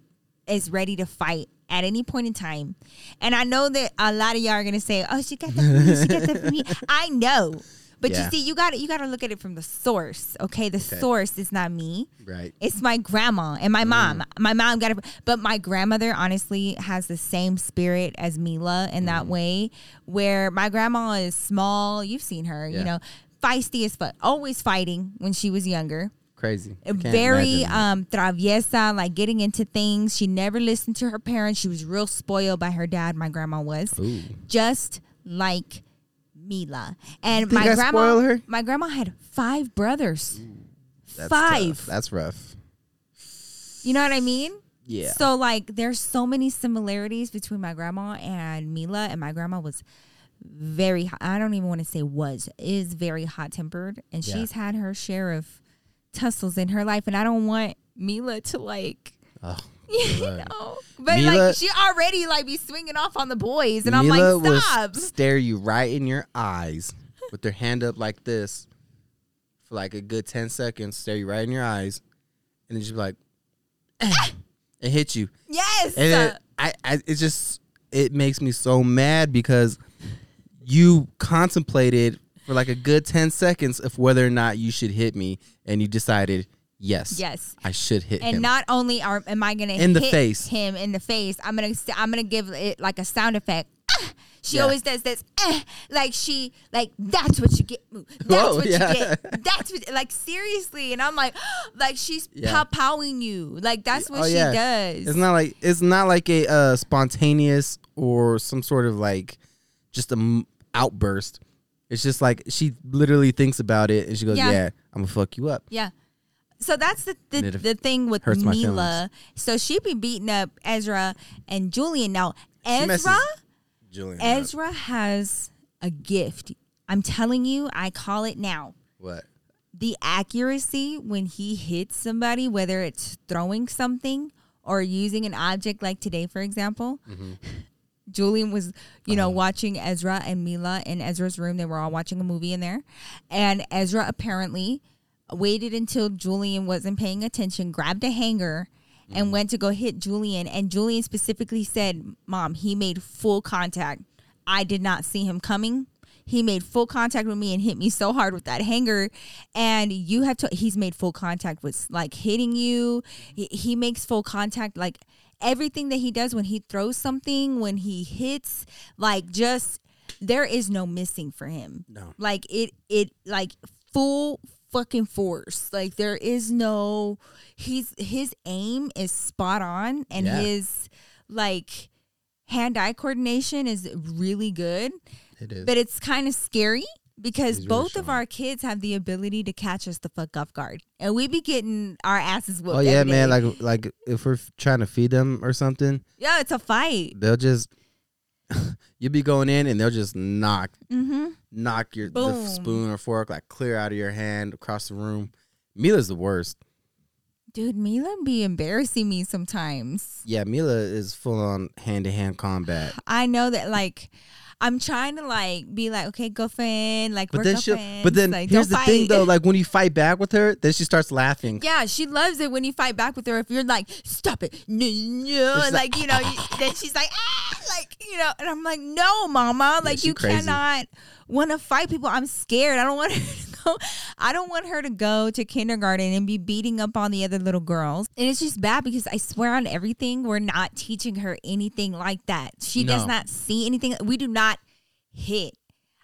Speaker 2: is ready to fight at any point in time. And I know that a lot of y'all are going to say, "Oh, she got that from me. She got that from me." I know. But
Speaker 1: Yeah.
Speaker 2: you see, you got to you got to look at it from the source, okay? The
Speaker 1: Okay.
Speaker 2: source is not me.
Speaker 1: Right.
Speaker 2: It's my grandma and my mom.
Speaker 1: Mm.
Speaker 2: My mom got it, but my grandmother honestly has the same spirit as Mila in
Speaker 1: Mm.
Speaker 2: that way, where my grandma is small. You've seen her,
Speaker 1: Yeah.
Speaker 2: you know, feisty as fuck, always fighting when she was younger.
Speaker 1: Crazy. I can't
Speaker 2: Very
Speaker 1: imagine.
Speaker 2: um, traviesa, like getting into things. She never listened to her parents. She was real spoiled by her dad. My grandma was
Speaker 1: Ooh.
Speaker 2: just like Mila. And
Speaker 1: think
Speaker 2: my
Speaker 1: I
Speaker 2: grandma,
Speaker 1: spoil her?
Speaker 2: my grandma had five brothers.
Speaker 1: That's
Speaker 2: five.
Speaker 1: tough. That's rough.
Speaker 2: You know what I mean?
Speaker 1: Yeah.
Speaker 2: So like there's so many similarities between my grandma and Mila and my grandma was very hot, I don't even want to say was is very hot tempered and
Speaker 1: Yeah.
Speaker 2: she's had her share of tussles in her life and I don't want Mila to like
Speaker 1: Oh,
Speaker 2: you
Speaker 1: Lord.
Speaker 2: know but
Speaker 1: Mila-
Speaker 2: like she already like be swinging off on the boys and
Speaker 1: Mila
Speaker 2: I'm
Speaker 1: will
Speaker 2: like
Speaker 1: s-
Speaker 2: stop
Speaker 1: stare you right in your eyes with their hand up like this for like a good 10 seconds, stare you right in your eyes, and then just be like, and hit you.
Speaker 2: yes
Speaker 1: And then I, I, it just, it makes me so mad because you contemplated for like a good 10 seconds of whether or not you should hit me, and you decided, yes,
Speaker 2: yes
Speaker 1: I should hit
Speaker 2: and
Speaker 1: him.
Speaker 2: not only are am I gonna
Speaker 1: In the
Speaker 2: hit
Speaker 1: face.
Speaker 2: him in the face, I'm gonna st- I'm gonna give it like a sound effect. Ah! She
Speaker 1: Yeah.
Speaker 2: always does this, "Ah!" like she like that's what you get. Moo. That's
Speaker 1: Whoa,
Speaker 2: what
Speaker 1: yeah.
Speaker 2: you get. That's what like seriously, and I'm like, like she's
Speaker 1: Yeah.
Speaker 2: pow powing you, like that's what
Speaker 1: Oh,
Speaker 2: she
Speaker 1: yeah.
Speaker 2: does.
Speaker 1: It's not like it's not like a uh, spontaneous or some sort of like just a m- outburst. It's just like she literally thinks about it and she goes, "Yeah,
Speaker 2: Yeah.
Speaker 1: I'm gonna fuck you up."
Speaker 2: Yeah. So that's the the,
Speaker 1: And it
Speaker 2: the thing with
Speaker 1: hurts my
Speaker 2: Mila. So she be beating up Ezra and Julian now.
Speaker 1: messes
Speaker 2: Ezra.
Speaker 1: Julian,
Speaker 2: Ezra has a gift. I'm telling you, I call it now.
Speaker 1: what?
Speaker 2: The accuracy when he hits somebody, whether it's throwing something or using an object like today, for example. Julian was, you know, watching Ezra and Mila in Ezra's room. They were all watching a movie in there. And Ezra apparently waited until Julian wasn't paying attention, grabbed a hanger, and went to go hit Julian. And Julian specifically said, Mom, he made full contact. I did not see him coming. He made full contact with me and hit me so hard with that hanger. And you have to, he's made full contact with like hitting you. He, he makes full contact, like everything that he does when he throws something, when he hits, like just there is no missing for him.
Speaker 1: No.
Speaker 2: Like it it like full fucking force. Like there is no he's his aim is spot on and
Speaker 1: Yeah.
Speaker 2: his like hand eye coordination is really good.
Speaker 1: It is.
Speaker 2: But it's kind of scary because
Speaker 1: He's really
Speaker 2: both
Speaker 1: strong.
Speaker 2: of our kids have the ability to catch us the fuck off guard. And we be getting our asses whooped.
Speaker 1: oh yeah,
Speaker 2: every
Speaker 1: man.
Speaker 2: day.
Speaker 1: Like like if we're f- trying to feed them or something,
Speaker 2: yeah, it's a fight.
Speaker 1: they'll just you'll be going in and they'll just knock
Speaker 2: Mm-hmm.
Speaker 1: knock your the
Speaker 2: Boom.
Speaker 1: f- spoon or fork like clear out of your hand across the room. Mila's the worst.
Speaker 2: Dude, Mila be embarrassing me sometimes.
Speaker 1: Yeah, Mila is full on hand to hand combat.
Speaker 2: I know that like I'm trying to like be like, okay, go fan, like
Speaker 1: But
Speaker 2: we're
Speaker 1: then
Speaker 2: go
Speaker 1: she
Speaker 2: friends,
Speaker 1: but then
Speaker 2: like,
Speaker 1: here's
Speaker 2: don't
Speaker 1: the
Speaker 2: fight.
Speaker 1: thing though, like when you fight back with her, then she starts laughing.
Speaker 2: Yeah, she loves it when you fight back with her. If you're like, stop it, no, no,
Speaker 1: It's
Speaker 2: like,
Speaker 1: like-
Speaker 2: you know, you, then she's like, ah, like you know, and I'm like, no, mama, like
Speaker 1: she
Speaker 2: you
Speaker 1: crazy.
Speaker 2: cannot want to fight people. I'm scared. I don't want her to go. I don't want her to go to kindergarten and be beating up on the other little girls. And it's just bad because I swear on everything, we're not teaching her anything like that. She does
Speaker 1: No.
Speaker 2: not see anything. We do not hit.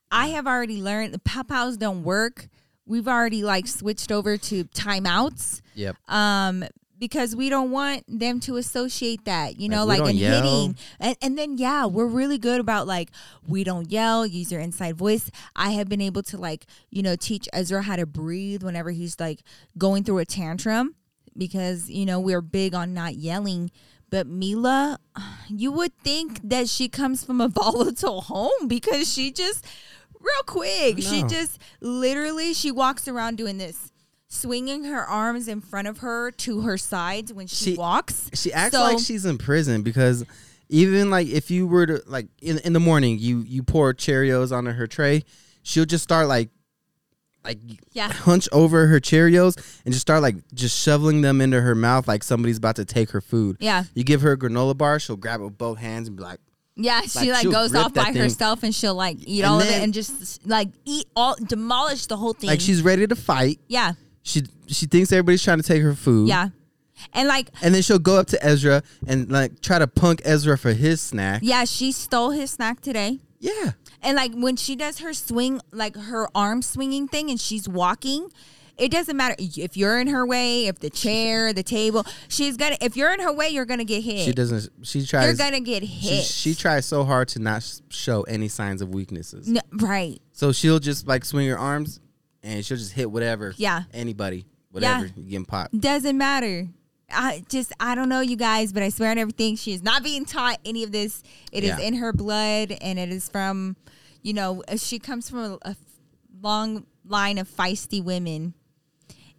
Speaker 2: I have already learned the pow pows don't work. We've already like switched over to timeouts
Speaker 1: Yep.
Speaker 2: um because we don't want them to associate that you know
Speaker 1: Like,
Speaker 2: like,
Speaker 1: we
Speaker 2: and
Speaker 1: don't yell.
Speaker 2: hitting and, and then yeah we're really good about like we don't yell use your inside voice i have been able to like you know teach ezra how to breathe whenever he's like going through a tantrum because you know we're big on not yelling but mila you would think that she comes from a volatile home because she just real quick she
Speaker 1: No.
Speaker 2: just literally she walks around doing this swinging her arms in front of her to her sides when she,
Speaker 1: She-
Speaker 2: walks.
Speaker 1: She acts
Speaker 2: So-
Speaker 1: like she's in prison because even like if you were to like in in the morning you you pour Cheerios onto her tray, she'll just start like like
Speaker 2: Yeah.
Speaker 1: hunch over her Cheerios and just start like just shoveling them into her mouth like somebody's about to take her food.
Speaker 2: Yeah.
Speaker 1: You give her a granola bar, she'll grab it with both hands and be like,
Speaker 2: Yeah, she
Speaker 1: Like,
Speaker 2: like
Speaker 1: she'll
Speaker 2: goes
Speaker 1: rip
Speaker 2: off
Speaker 1: that
Speaker 2: by
Speaker 1: thing.
Speaker 2: herself and she'll like eat
Speaker 1: And
Speaker 2: all of
Speaker 1: then-
Speaker 2: it and just like eat all demolish the whole thing.
Speaker 1: like she's ready to fight.
Speaker 2: yeah,
Speaker 1: She she thinks everybody's trying to take her food.
Speaker 2: yeah. And like
Speaker 1: And then she'll go up to Ezra and like try to punk Ezra for his snack.
Speaker 2: yeah, she stole his snack today.
Speaker 1: Yeah.
Speaker 2: And like when she does her swing, like her arm swinging thing, and she's walking, it doesn't matter if you're in her way, if the chair, the table, she's gonna. If you're in her way, you're gonna get hit.
Speaker 1: She doesn't she
Speaker 2: you're
Speaker 1: tries
Speaker 2: gonna get hit.
Speaker 1: she, she tries so hard to not sh- show any signs of weaknesses.
Speaker 2: No, right.
Speaker 1: So she'll just like swing her arms and she'll just hit whatever.
Speaker 2: Yeah.
Speaker 1: Anybody. Whatever. You getting popped.
Speaker 2: Doesn't matter. I just I don't know you guys, but I swear on everything, she is not being taught any of this. It is
Speaker 1: Yeah.
Speaker 2: in her blood, and it is from, you know, uh, she comes from a, a long line of feisty women.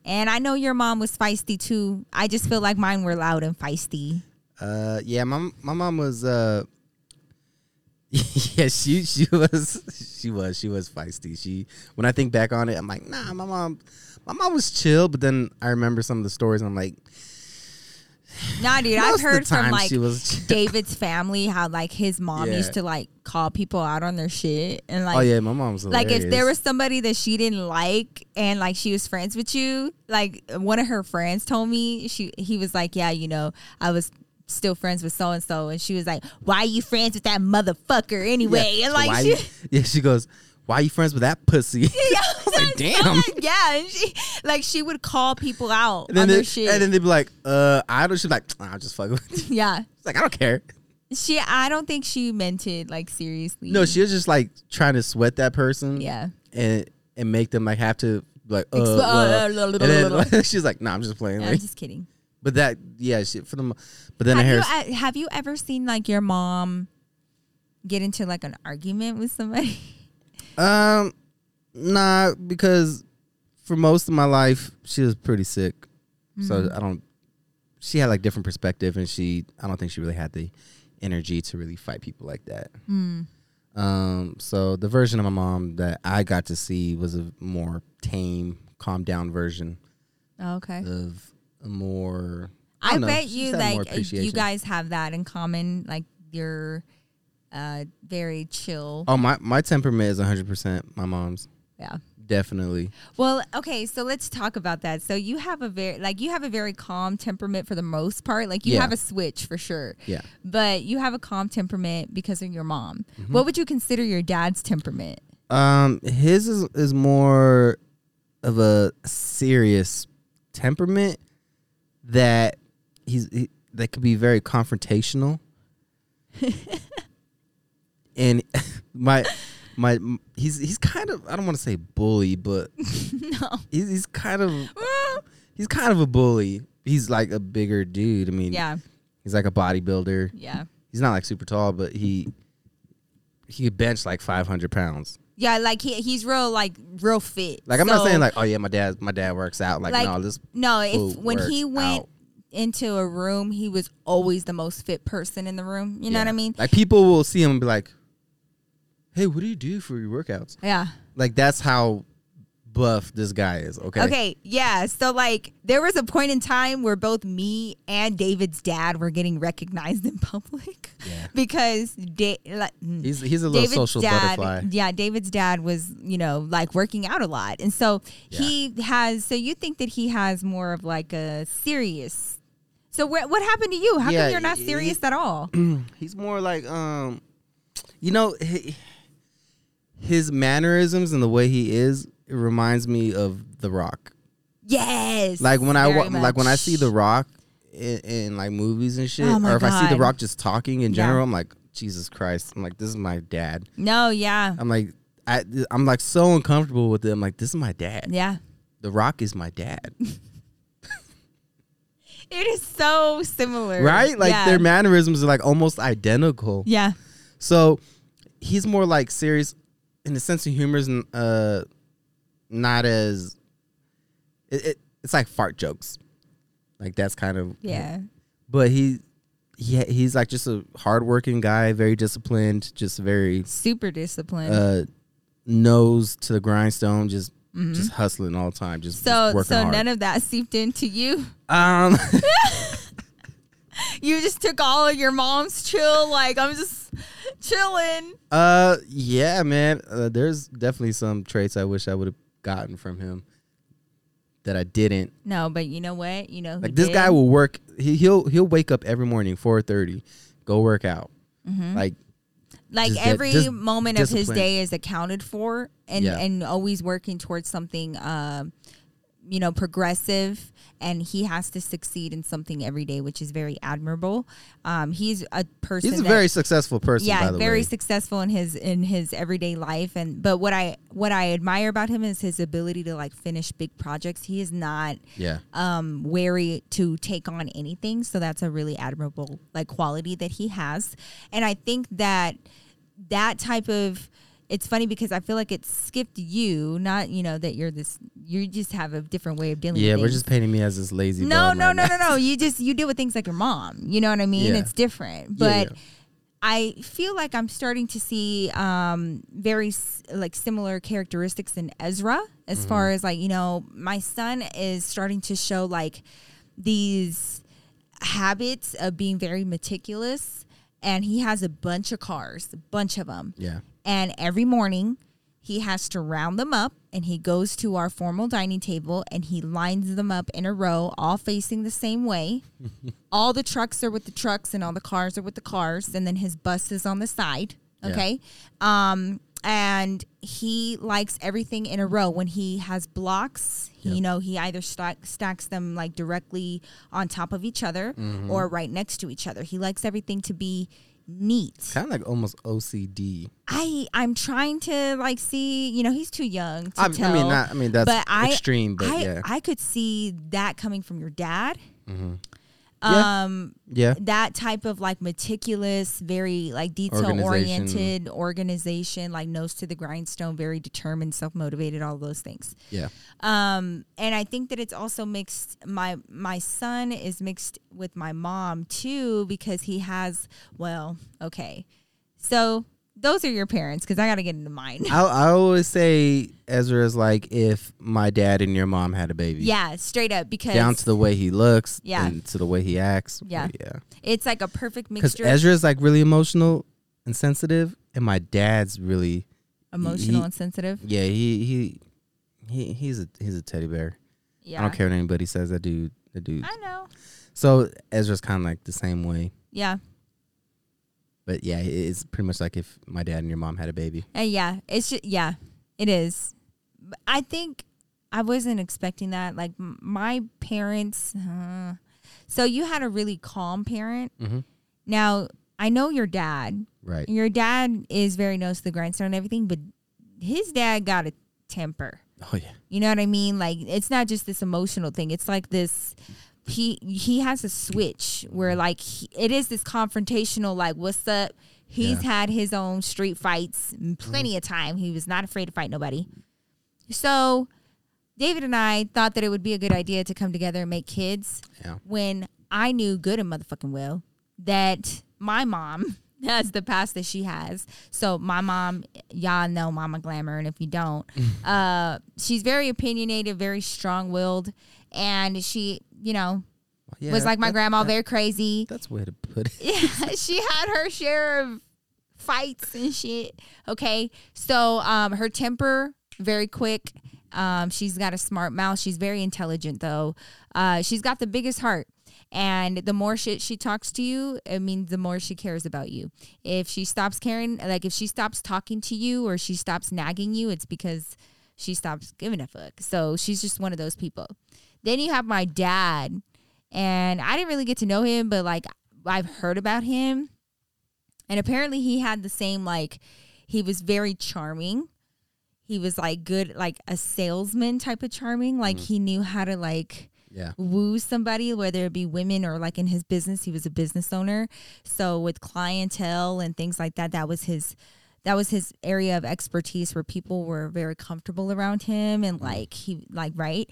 Speaker 2: And I know your mom was feisty too. I just feel like mine were loud and feisty.
Speaker 1: Uh yeah, my my mom was uh yeah, she she was she was she was feisty. She when I think back on it, I'm like, nah, my mom my mom was chill, but then I remember some of the stories and I'm like,
Speaker 2: Nah, dude,
Speaker 1: most
Speaker 2: I've
Speaker 1: of the
Speaker 2: heard from
Speaker 1: time
Speaker 2: like
Speaker 1: she was chill.
Speaker 2: David's family how like his mom
Speaker 1: Yeah.
Speaker 2: used to like call people out on their shit and like
Speaker 1: Oh yeah, my mom's hilarious.
Speaker 2: like if there was somebody that she didn't like and like she was friends with you like one of her friends told me she he was like yeah you know i was still friends with so and so and she was like why are you friends with that motherfucker anyway and like
Speaker 1: why
Speaker 2: she
Speaker 1: you- yeah, she goes, Why you friends with that pussy?
Speaker 2: yeah, I was
Speaker 1: like,
Speaker 2: so,
Speaker 1: damn.
Speaker 2: like, yeah, and she like she would call people out
Speaker 1: And then,
Speaker 2: on
Speaker 1: they,
Speaker 2: their
Speaker 1: and
Speaker 2: shit.
Speaker 1: then they'd be like, uh, I don't. She's like, "Nah, I'll just fuck with. you." She's
Speaker 2: yeah,
Speaker 1: like, I don't care.
Speaker 2: she. I don't think she meant it like seriously.
Speaker 1: No, she was just like trying to sweat that person.
Speaker 2: Mm-hmm. Yeah.
Speaker 1: And and make them like have to like uh,
Speaker 2: Expo-
Speaker 1: well.
Speaker 2: uh, la- la-
Speaker 1: and then,
Speaker 2: la- la-
Speaker 1: like, she's like, nah, I'm just playing.
Speaker 2: I'm
Speaker 1: like-
Speaker 2: just kidding.
Speaker 1: but that yeah, shit for the. mo- But then I
Speaker 2: Have
Speaker 1: hear
Speaker 2: you uh, have you ever seen like your mom get into like an argument with somebody?
Speaker 1: um, nah, because for most of my life she was pretty sick,
Speaker 2: Mm-hmm.
Speaker 1: so I don't. She had like different perspective, and she I don't think she really had the energy to really fight people like that.
Speaker 2: Mm.
Speaker 1: Um, so the version of my mom that I got to see was a more tame, calm down version
Speaker 2: Oh, Okay.
Speaker 1: of a more.
Speaker 2: I,
Speaker 1: don't know,
Speaker 2: bet
Speaker 1: she
Speaker 2: you
Speaker 1: just had more
Speaker 2: like you
Speaker 1: appreciation.
Speaker 2: guys have that in common. Like you're uh, very chill.
Speaker 1: Oh my! My temperament is 100 percent my mom's.
Speaker 2: Yeah.
Speaker 1: Definitely.
Speaker 2: Well, okay. So let's talk about that. So you have a very like you have a very calm temperament for the most part. Like you
Speaker 1: Yeah.
Speaker 2: have a switch for sure.
Speaker 1: Yeah.
Speaker 2: But you have a calm temperament because of your mom.
Speaker 1: Mm-hmm.
Speaker 2: What would you consider your dad's temperament?
Speaker 1: Um, his is is more of a serious temperament that he's he, that could be very confrontational. and my my he's he's kind of I don't want to say bully, but
Speaker 2: no.
Speaker 1: he's, he's kind of he's kind of a bully. He's like a bigger dude. I mean,
Speaker 2: yeah.
Speaker 1: he's like a bodybuilder.
Speaker 2: Yeah.
Speaker 1: He's not like super tall, but he he could bench like 500 pounds.
Speaker 2: Yeah, like he, he's real, like real fit.
Speaker 1: Like I'm not
Speaker 2: So-
Speaker 1: saying like, oh yeah, my dad my dad works out. Like,
Speaker 2: Like,
Speaker 1: no, this
Speaker 2: no. If
Speaker 1: food
Speaker 2: when he
Speaker 1: works
Speaker 2: went
Speaker 1: out.
Speaker 2: into a room, he was always the most fit person in the room. You know what I
Speaker 1: yeah.
Speaker 2: mean?
Speaker 1: Like people will see him and be like, Hey, what do you do for your workouts?
Speaker 2: Yeah.
Speaker 1: Like that's how buff this guy is. Okay.
Speaker 2: Okay. Yeah. So like, there was a point in time where both me and David's dad were getting recognized in public
Speaker 1: Yeah.
Speaker 2: because da- like, mm.
Speaker 1: He's he's a little social
Speaker 2: dad,
Speaker 1: butterfly.
Speaker 2: Yeah, David's dad was, you know, like working out a lot. And so he has so you think that he has more of like a serious so wh- what happened to you? How
Speaker 1: Yeah,
Speaker 2: come you're not
Speaker 1: he-
Speaker 2: serious at all?
Speaker 1: He's more like um you know hi- his mannerisms and the way he is it reminds me of The Rock.
Speaker 2: yes.
Speaker 1: Like when I
Speaker 2: very
Speaker 1: wa- like when I see
Speaker 2: much.
Speaker 1: The Rock in, in like movies and shit,
Speaker 2: Oh my
Speaker 1: or if I see The
Speaker 2: God.
Speaker 1: Rock just talking in
Speaker 2: Yeah.
Speaker 1: general, I'm like, Jesus Christ! I'm like, this is my dad.
Speaker 2: No, yeah.
Speaker 1: I'm like, I, I'm like so uncomfortable with it. I'm like, this is my dad.
Speaker 2: Yeah.
Speaker 1: The Rock is my dad,
Speaker 2: It is so similar.
Speaker 1: right? Like
Speaker 2: yeah.
Speaker 1: their mannerisms are like almost identical.
Speaker 2: Yeah.
Speaker 1: So he's more like serious, and the sense of humor is uh, not as It, it it's like fart jokes. Like that's kind of
Speaker 2: Yeah.
Speaker 1: But he he he's like just a hardworking guy, very disciplined, just very
Speaker 2: Super disciplined.
Speaker 1: uh nose to the grindstone, just just hustling all the time, just, just
Speaker 2: Mm-hmm. so
Speaker 1: working
Speaker 2: so
Speaker 1: hard.
Speaker 2: none of that seeped into you.
Speaker 1: um
Speaker 2: You just took all of your mom's chill. Like I'm just chilling.
Speaker 1: Uh, yeah, man. Uh, there's definitely some traits I wish I would have gotten from him that I didn't.
Speaker 2: No, but you know what? You know who
Speaker 1: Like this
Speaker 2: did?
Speaker 1: guy will work. He, he'll he'll wake up every morning four thirty, go work out.
Speaker 2: Mm-hmm.
Speaker 1: Like
Speaker 2: like
Speaker 1: Just that-
Speaker 2: every
Speaker 1: just
Speaker 2: moment of his
Speaker 1: discipline.
Speaker 2: day is accounted for and
Speaker 1: Yeah.
Speaker 2: and always working towards something um you know progressive and he has to succeed in something every day which is very admirable um he's a person
Speaker 1: he's a
Speaker 2: that-
Speaker 1: very successful person.
Speaker 2: yeah
Speaker 1: by the
Speaker 2: very
Speaker 1: way.
Speaker 2: successful in his in his everyday life and but what i what i admire about him is his ability to like finish big projects he is not
Speaker 1: yeah,
Speaker 2: um, wary to take on anything. So that's a really admirable like quality that he has. And I think that that type of it's funny because I feel like it skipped you, not you know that you're this. You just have a different way of dealing.
Speaker 1: yeah.
Speaker 2: with
Speaker 1: We're
Speaker 2: things.
Speaker 1: just painting me as this lazy.
Speaker 2: No,
Speaker 1: bum
Speaker 2: no,
Speaker 1: right
Speaker 2: no,
Speaker 1: now.
Speaker 2: no, no. You just you deal with things like your mom. You know what I mean?
Speaker 1: Yeah.
Speaker 2: It's different.
Speaker 1: Yeah,
Speaker 2: But
Speaker 1: yeah.
Speaker 2: I feel like I'm starting to see um, very s- like similar characteristics in Ezra as
Speaker 1: Mm-hmm.
Speaker 2: far as like you know my son is starting to show like these habits of being very meticulous and he has a bunch of cars, a bunch of them.
Speaker 1: Yeah,
Speaker 2: And every morning, he has to round them up and he goes to our formal dining table and he lines them up in a row, all facing the same way. all the trucks are with the trucks and all the cars are with the cars. And then his bus is on the side.
Speaker 1: Yeah.
Speaker 2: Okay. Um, and he likes everything in a row. When he has blocks, he, you
Speaker 1: Yep.
Speaker 2: know, he either stack, stacks them like directly on top of each other or right next to each other. He likes everything to be neat.
Speaker 1: kind of like almost OCD.
Speaker 2: I I'm trying to like see. You know, he's too young to
Speaker 1: I, I
Speaker 2: tell.
Speaker 1: mean, not. I mean, that's
Speaker 2: but I-
Speaker 1: extreme. But
Speaker 2: I
Speaker 1: yeah,
Speaker 2: I could see that coming from your dad.
Speaker 1: Yeah.
Speaker 2: Um,
Speaker 1: yeah.
Speaker 2: that type of like meticulous, very like detail
Speaker 1: Organization.
Speaker 2: oriented organization, like nose to the grindstone, very determined, self motivated, all those things.
Speaker 1: Yeah.
Speaker 2: Um, and I think that it's also mixed. My my son is mixed with my mom too because he has. Well, okay, so those are your parents because I got to get into mine.
Speaker 1: I, I always say Ezra is like if my dad and your mom had a baby.
Speaker 2: Yeah, straight up because
Speaker 1: down to the way he looks,
Speaker 2: Yeah.
Speaker 1: and to the way he acts,
Speaker 2: Yeah.
Speaker 1: yeah.
Speaker 2: it's like a perfect
Speaker 1: Because
Speaker 2: mixture
Speaker 1: Ezra is like really emotional and sensitive, and my dad's really
Speaker 2: of emotional
Speaker 1: he-
Speaker 2: and sensitive.
Speaker 1: yeah. He he he he's a he's a teddy bear.
Speaker 2: Yeah.
Speaker 1: I don't care what anybody says. That dude, that dude.
Speaker 2: I know.
Speaker 1: So Ezra's kind of like the same way,
Speaker 2: Yeah.
Speaker 1: but yeah, it- it's pretty much like if my dad and your mom had a baby.
Speaker 2: Uh, yeah. It's just, yeah. It is. But I think I wasn't expecting that. Like m- my parents. Uh, so you had a really calm parent.
Speaker 1: Mhm.
Speaker 2: Now I know your dad.
Speaker 1: Right.
Speaker 2: Your dad is very nose to the grindstone and everything, but his dad got a temper.
Speaker 1: Oh yeah.
Speaker 2: You know what I mean? Like it's not just this emotional thing. It's like this he he has a switch where like he, it is this confrontational like what's up? He's
Speaker 1: Yeah.
Speaker 2: had his own street fights plenty of time. He was not afraid to fight nobody. So David and I thought that it would be a good idea to come together and make kids
Speaker 1: Yeah.
Speaker 2: when I knew good and motherfucking well that my mom has the past that she has. So my mom, y'all know Mama Glamour, and if you don't, uh, she's very opinionated, very strong willed, and she, you know,
Speaker 1: yeah
Speaker 2: was like my
Speaker 1: that-
Speaker 2: grandma,
Speaker 1: that-
Speaker 2: very crazy.
Speaker 1: That's the way to put it.
Speaker 2: Yeah, she had her share of fights and shit. Okay, so um, her temper very quick. Um, she's got a smart mouth. She's very intelligent though. Uh, she's got the biggest heart. And the more shit she talks to you, it means the more she cares about you. If she stops caring, like if she stops talking to you or she stops nagging you, it's because she stops giving a fuck. So she's just one of those people. Then you have my dad, and I didn't really get to know him, but like I've heard about him. And apparently he had the same like he was very charming. He was like good like a salesman type of charming. Like he knew how to like
Speaker 1: Yeah.
Speaker 2: woo somebody, whether it be women or like in his business, he was a business owner. So with clientele and things like that, that was his that was his
Speaker 1: Mm.
Speaker 2: area of expertise where people were very comfortable around him and like he like right.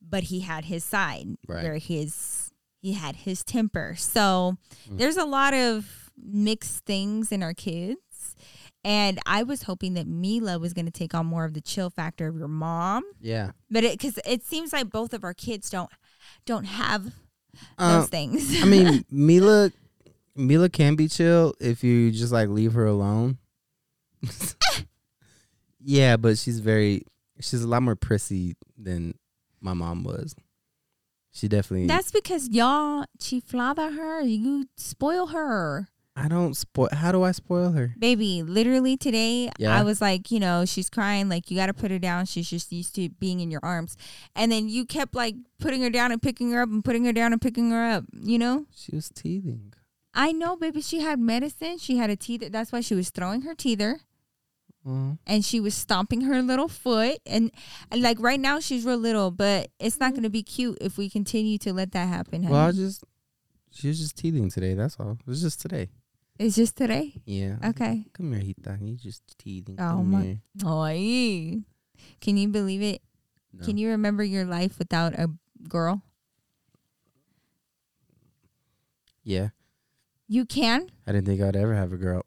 Speaker 2: but he had his side
Speaker 1: Right.
Speaker 2: where his he had his temper. So
Speaker 1: Mm.
Speaker 2: there's a lot of mixed things in our kids. And I was hoping that Mila was going to take on more of the chill factor of your mom,
Speaker 1: Yeah.
Speaker 2: but it because it seems like both of our kids don't don't have those
Speaker 1: Uh,
Speaker 2: things.
Speaker 1: I mean, Mila, Mila can be chill if you just like leave her alone. yeah, but she's very, she's a lot more prissy than my mom was. She definitely.
Speaker 2: That's because y'all chiflada her, you spoil her.
Speaker 1: I don't spoil. How do I spoil her?
Speaker 2: Baby, literally today,
Speaker 1: Yeah.
Speaker 2: I was like, you know, she's crying. Like, you got to put her down. She's just used to being in your arms. And then you kept like putting her down and picking her up and putting her down and picking her up, you know?
Speaker 1: She was teething.
Speaker 2: I know, baby, she had medicine. She had a teether. That's why she was throwing her teether
Speaker 1: Aw.
Speaker 2: and she was stomping her little foot. And, and like right now, she's real little, but it's not going to be cute if we continue to let that happen.
Speaker 1: Well, I
Speaker 2: honey.
Speaker 1: just she was just teething today. That's all. It was just today.
Speaker 2: it's just today.
Speaker 1: Yeah.
Speaker 2: Okay.
Speaker 1: Come here, Hita. You just teething.
Speaker 2: Oh,
Speaker 1: Come
Speaker 2: my-
Speaker 1: here.
Speaker 2: Oy. Can you believe it?
Speaker 1: No.
Speaker 2: Can you remember your life without a girl?
Speaker 1: Yeah.
Speaker 2: You can?
Speaker 1: I didn't think I'd ever have a girl.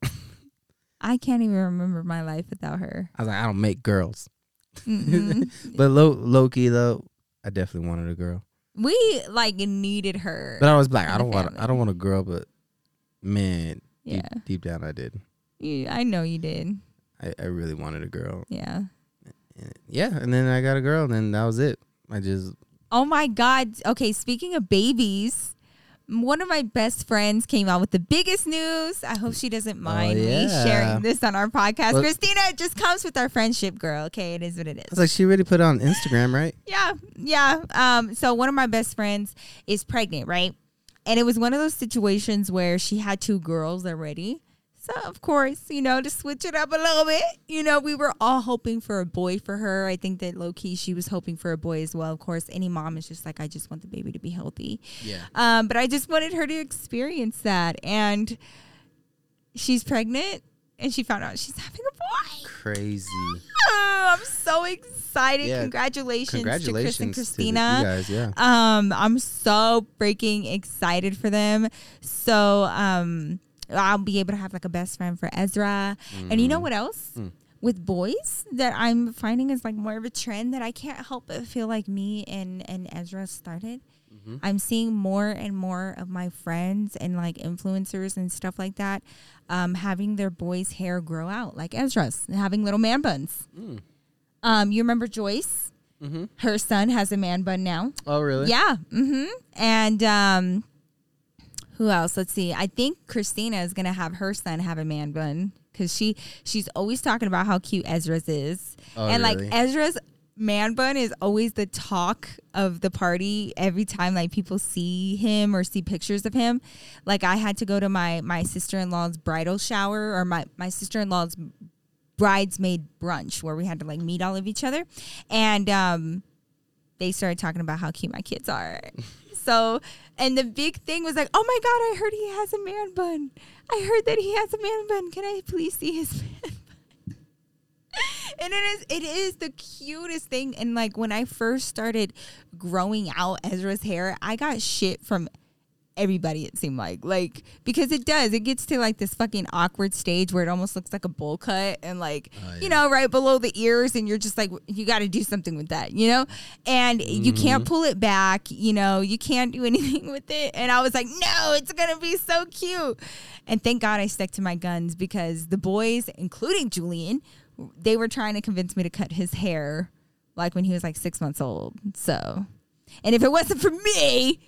Speaker 2: I can't even remember my life without her.
Speaker 1: I was like, I don't make girls.
Speaker 2: Mm-mm.
Speaker 1: But low, low key though, I definitely wanted a girl.
Speaker 2: we like needed her.
Speaker 1: But I was like,
Speaker 2: In
Speaker 1: I
Speaker 2: the
Speaker 1: don't want, I
Speaker 2: family.
Speaker 1: don't want a girl. But man,
Speaker 2: yeah.
Speaker 1: deep, deep down, I did.
Speaker 2: You- I know you did.
Speaker 1: I, I really wanted a girl.
Speaker 2: Yeah.
Speaker 1: And- yeah, and then I got a girl, and then that was it. I just
Speaker 2: Oh my God. Okay, speaking of babies, one of my best friends came out with the biggest news. I hope she doesn't mind
Speaker 1: yeah.
Speaker 2: me sharing this on our podcast.
Speaker 1: But-
Speaker 2: Christina, it just comes with our friendship, girl. Okay, it is what it is.
Speaker 1: I was like, she really put it on Instagram, right?
Speaker 2: Yeah, yeah. Um, so one of my best friends is pregnant, right? And it was one of those situations where she had two girls already. So of course, you know, to switch it up a little bit, you know, we were all hoping for a boy for her. I think that low key she was hoping for a boy as well. Of course, any mom is just like, I just want the baby to be healthy.
Speaker 1: Yeah.
Speaker 2: Um, but I just wanted her to experience that. And she's pregnant and she found out she's having a boy.
Speaker 1: Crazy.
Speaker 2: Oh, I'm so excited.
Speaker 1: Yeah.
Speaker 2: Congratulations,
Speaker 1: Congratulations,
Speaker 2: to Chris and
Speaker 1: to the- E
Speaker 2: Christina.
Speaker 1: you guys. Yeah.
Speaker 2: Um, I'm so freaking excited for them. So, um, I'll be able to have like a best friend for Ezra. And
Speaker 1: Mm.
Speaker 2: you know what else?
Speaker 1: Hmm.
Speaker 2: With boys that I'm finding is like more of a trend that I can't help but feel like me and and Ezra started.
Speaker 1: Mm-hmm.
Speaker 2: I'm seeing more and more of my friends and like influencers and stuff like that um, having their boys' hair grow out, like Ezra's, and having little man buns. Um, you remember Joyce?
Speaker 1: Mm. Mm-hmm.
Speaker 2: Her son has a man bun now.
Speaker 1: Oh, really?
Speaker 2: Yeah. hmm And um, who else? Let's see. I think Christina is gonna have her son have a man bun because she she's always talking about how cute Ezra's is,
Speaker 1: Oh,
Speaker 2: and
Speaker 1: really?
Speaker 2: like Ezra's man bun is always the talk of the party every time like people see him or see pictures of him like i had to go to my my sister-in-law's bridal shower or my my sister-in-law's bridesmaid brunch where we had to like meet all of each other and um they started talking about how cute my kids are so and the big thing was like oh my god i heard he has a man bun i heard that he has a man bun can i please see his man bun and it is it is the cutest thing and like when i first started growing out ezra's hair i got shit from everybody it seemed like like because it does it gets to like this fucking awkward stage where it almost looks like a bowl cut and like
Speaker 1: Oh,
Speaker 2: you
Speaker 1: yeah.
Speaker 2: know right below the ears and you're just like you got to do something with that you know and you
Speaker 1: Mm-hmm.
Speaker 2: can't pull it back you know you can't do anything with it and i was like no it's gonna be so cute and thank god i stuck to my guns because the boys including julian they were trying to convince me to cut his hair like when he was like six months old so and if it wasn't for me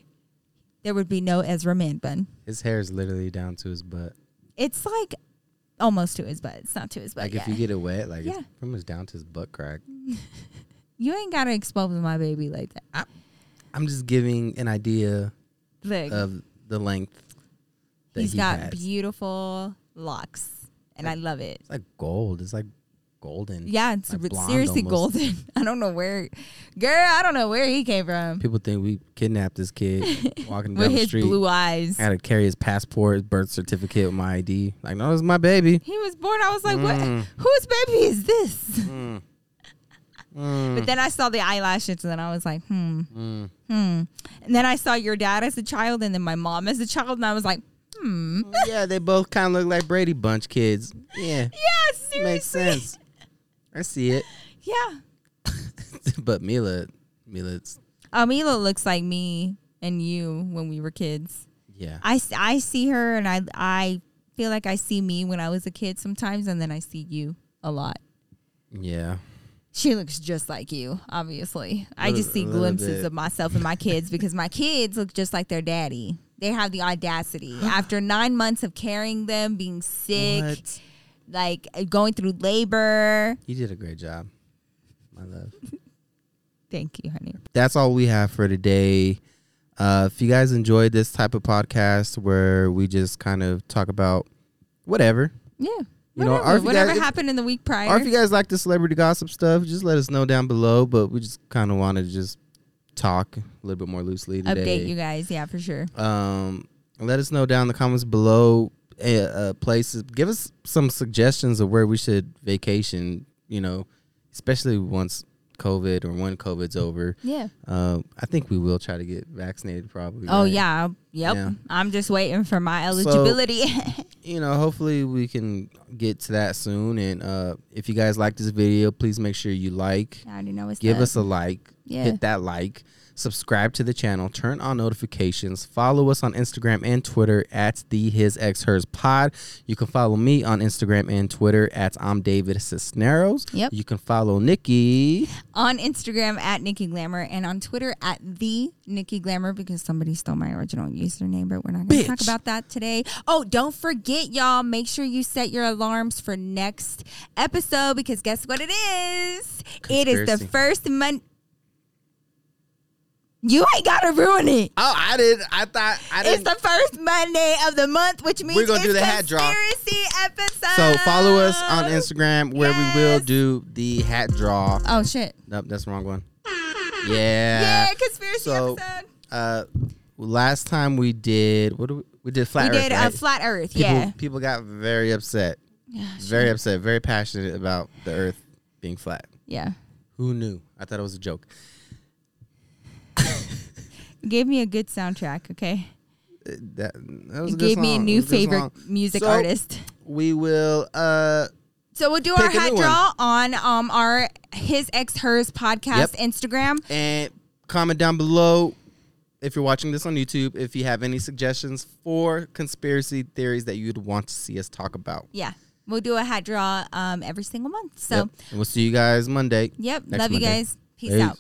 Speaker 2: there would be no Ezra man bun.
Speaker 1: His hair is literally down to his butt.
Speaker 2: It's like almost to his butt. It's not to his butt.
Speaker 1: Like if
Speaker 2: Uh, yeah.
Speaker 1: you
Speaker 2: you,
Speaker 1: get it wet, like
Speaker 2: Yeah.
Speaker 1: it's pretty much down to his butt crack.
Speaker 2: ain't gotta expose my baby like that.
Speaker 1: I'm just giving an idea
Speaker 2: Look,
Speaker 1: of the length Uh, that
Speaker 2: he's
Speaker 1: he
Speaker 2: got
Speaker 1: has.
Speaker 2: beautiful locks, and I love it.
Speaker 1: It's like gold. It's like golden.
Speaker 2: Yeah, it's
Speaker 1: like
Speaker 2: re-
Speaker 1: blonde
Speaker 2: seriously
Speaker 1: almost.
Speaker 2: golden. I don't know where, girl. I don't know where he came from
Speaker 1: People think we kidnapped this kid walking down
Speaker 2: with
Speaker 1: the
Speaker 2: his
Speaker 1: street.
Speaker 2: blue eyes.
Speaker 1: I had to carry his passport, his birth certificate, my ID. Like, no, this is my baby.
Speaker 2: He was born. I was like,
Speaker 1: Mm.
Speaker 2: what? Whose baby is this? But then I saw the eyelashes, and then I was like, hmm, hmm. And then I saw your dad as a child, and then my mom as a child, and I was like, hmm.
Speaker 1: yeah, they both kind of look like Brady Bunch kids. Yeah,
Speaker 2: Yeah, seriously.
Speaker 1: makes sense. I see it.
Speaker 2: Yeah.
Speaker 1: but Mila, Mila's
Speaker 2: Amila looks like me and you when we were kids.
Speaker 1: yeah.
Speaker 2: I, s- I see her, and I, I feel like I see me when I was a kid sometimes, and then I see you a lot.
Speaker 1: Yeah.
Speaker 2: She looks just like you, obviously. I
Speaker 1: Little-
Speaker 2: just see
Speaker 1: a little
Speaker 2: glimpses
Speaker 1: bit.
Speaker 2: of myself and my kids because my kids look just like their daddy. They have the audacity. After nine months of carrying them, being sick,
Speaker 1: What?
Speaker 2: like going through labor.
Speaker 1: You did a great job. My love.
Speaker 2: Thank you, honey.
Speaker 1: That's all we have for today. Uh, if you guys enjoyed this type of podcast where we just kind of talk about whatever,
Speaker 2: Yeah.
Speaker 1: You know,
Speaker 2: Whatever,
Speaker 1: or if you
Speaker 2: whatever
Speaker 1: guys- if-
Speaker 2: happened in the week prior.
Speaker 1: or if you guys like the celebrity gossip stuff, just let us know down below. But we just kind of want to just talk a little bit more loosely today.
Speaker 2: update you guys. Yeah, for sure.
Speaker 1: um, let us know down in the comments below uh, uh, places. Give us some suggestions of where we should vacation. You know, especially once COVID or when COVID's over.
Speaker 2: Yeah.
Speaker 1: Uh, I think we will try to get vaccinated probably.
Speaker 2: Oh
Speaker 1: right?
Speaker 2: yeah. Yep.
Speaker 1: Yeah.
Speaker 2: I'm just waiting for my
Speaker 1: So-
Speaker 2: eligibility.
Speaker 1: You know, hopefully we can get to that soon. And uh, if you guys like this video, please make sure you like,
Speaker 2: I already know it's
Speaker 1: give
Speaker 2: up.
Speaker 1: us a like,
Speaker 2: Yeah.
Speaker 1: hit that like, subscribe to the channel, turn on notifications, follow us on Instagram and Twitter at the His Ex Hers Pod. You can follow me on Instagram and Twitter at I'm David Cisneros.
Speaker 2: Yep.
Speaker 1: You can follow Nikki.
Speaker 2: on Instagram at Nikki Glamour and on Twitter at the Nikki Glamour because somebody stole my original username, but we're not going
Speaker 1: Bitch.
Speaker 2: to talk about that today. Oh, don't forget, y'all, make sure you set your alarms for next episode because guess what it is? It is
Speaker 1: Conspiracy.
Speaker 2: the first month. You ain't got to ruin it.
Speaker 1: Oh, I did. I thought I
Speaker 2: It's the first Monday of the month, which means
Speaker 1: We're gonna
Speaker 2: it's
Speaker 1: do the hat drop.
Speaker 2: conspiracy episode.
Speaker 1: So follow us on Instagram where we will
Speaker 2: Yes.
Speaker 1: do the hat draw.
Speaker 2: Oh shit!
Speaker 1: Nope, that's the wrong one.
Speaker 2: Yeah,
Speaker 1: Yeah.
Speaker 2: conspiracy
Speaker 1: so-
Speaker 2: episode.
Speaker 1: Uh, last time we did what? Do we, we did
Speaker 2: We
Speaker 1: flat. Earth,
Speaker 2: did uh, a
Speaker 1: right?
Speaker 2: flat Earth.
Speaker 1: People,
Speaker 2: yeah.
Speaker 1: People got very upset. Very upset. Very passionate about the Earth being flat.
Speaker 2: Yeah.
Speaker 1: Who knew? I thought it was a joke.
Speaker 2: Gave me a good soundtrack, okay?
Speaker 1: Uh, That, that was
Speaker 2: It
Speaker 1: a good
Speaker 2: gave me a
Speaker 1: song. It
Speaker 2: new
Speaker 1: was good
Speaker 2: favorite
Speaker 1: song.
Speaker 2: music
Speaker 1: So-
Speaker 2: artist.
Speaker 1: We will. Uh,
Speaker 2: So we'll do
Speaker 1: Pick a
Speaker 2: our
Speaker 1: new
Speaker 2: hat
Speaker 1: one.
Speaker 2: draw on um our his ex hers
Speaker 1: Yep.
Speaker 2: podcast Instagram.
Speaker 1: and comment down below if you're watching this on YouTube if you have any suggestions for conspiracy theories that you'd want to see us talk about.
Speaker 2: Yeah. We'll do a hat draw um every single month. So
Speaker 1: Yep. And we'll see you guys Monday.
Speaker 2: yep,
Speaker 1: Next
Speaker 2: love you
Speaker 1: Monday.
Speaker 2: guys. Peace
Speaker 1: Peace.
Speaker 2: out.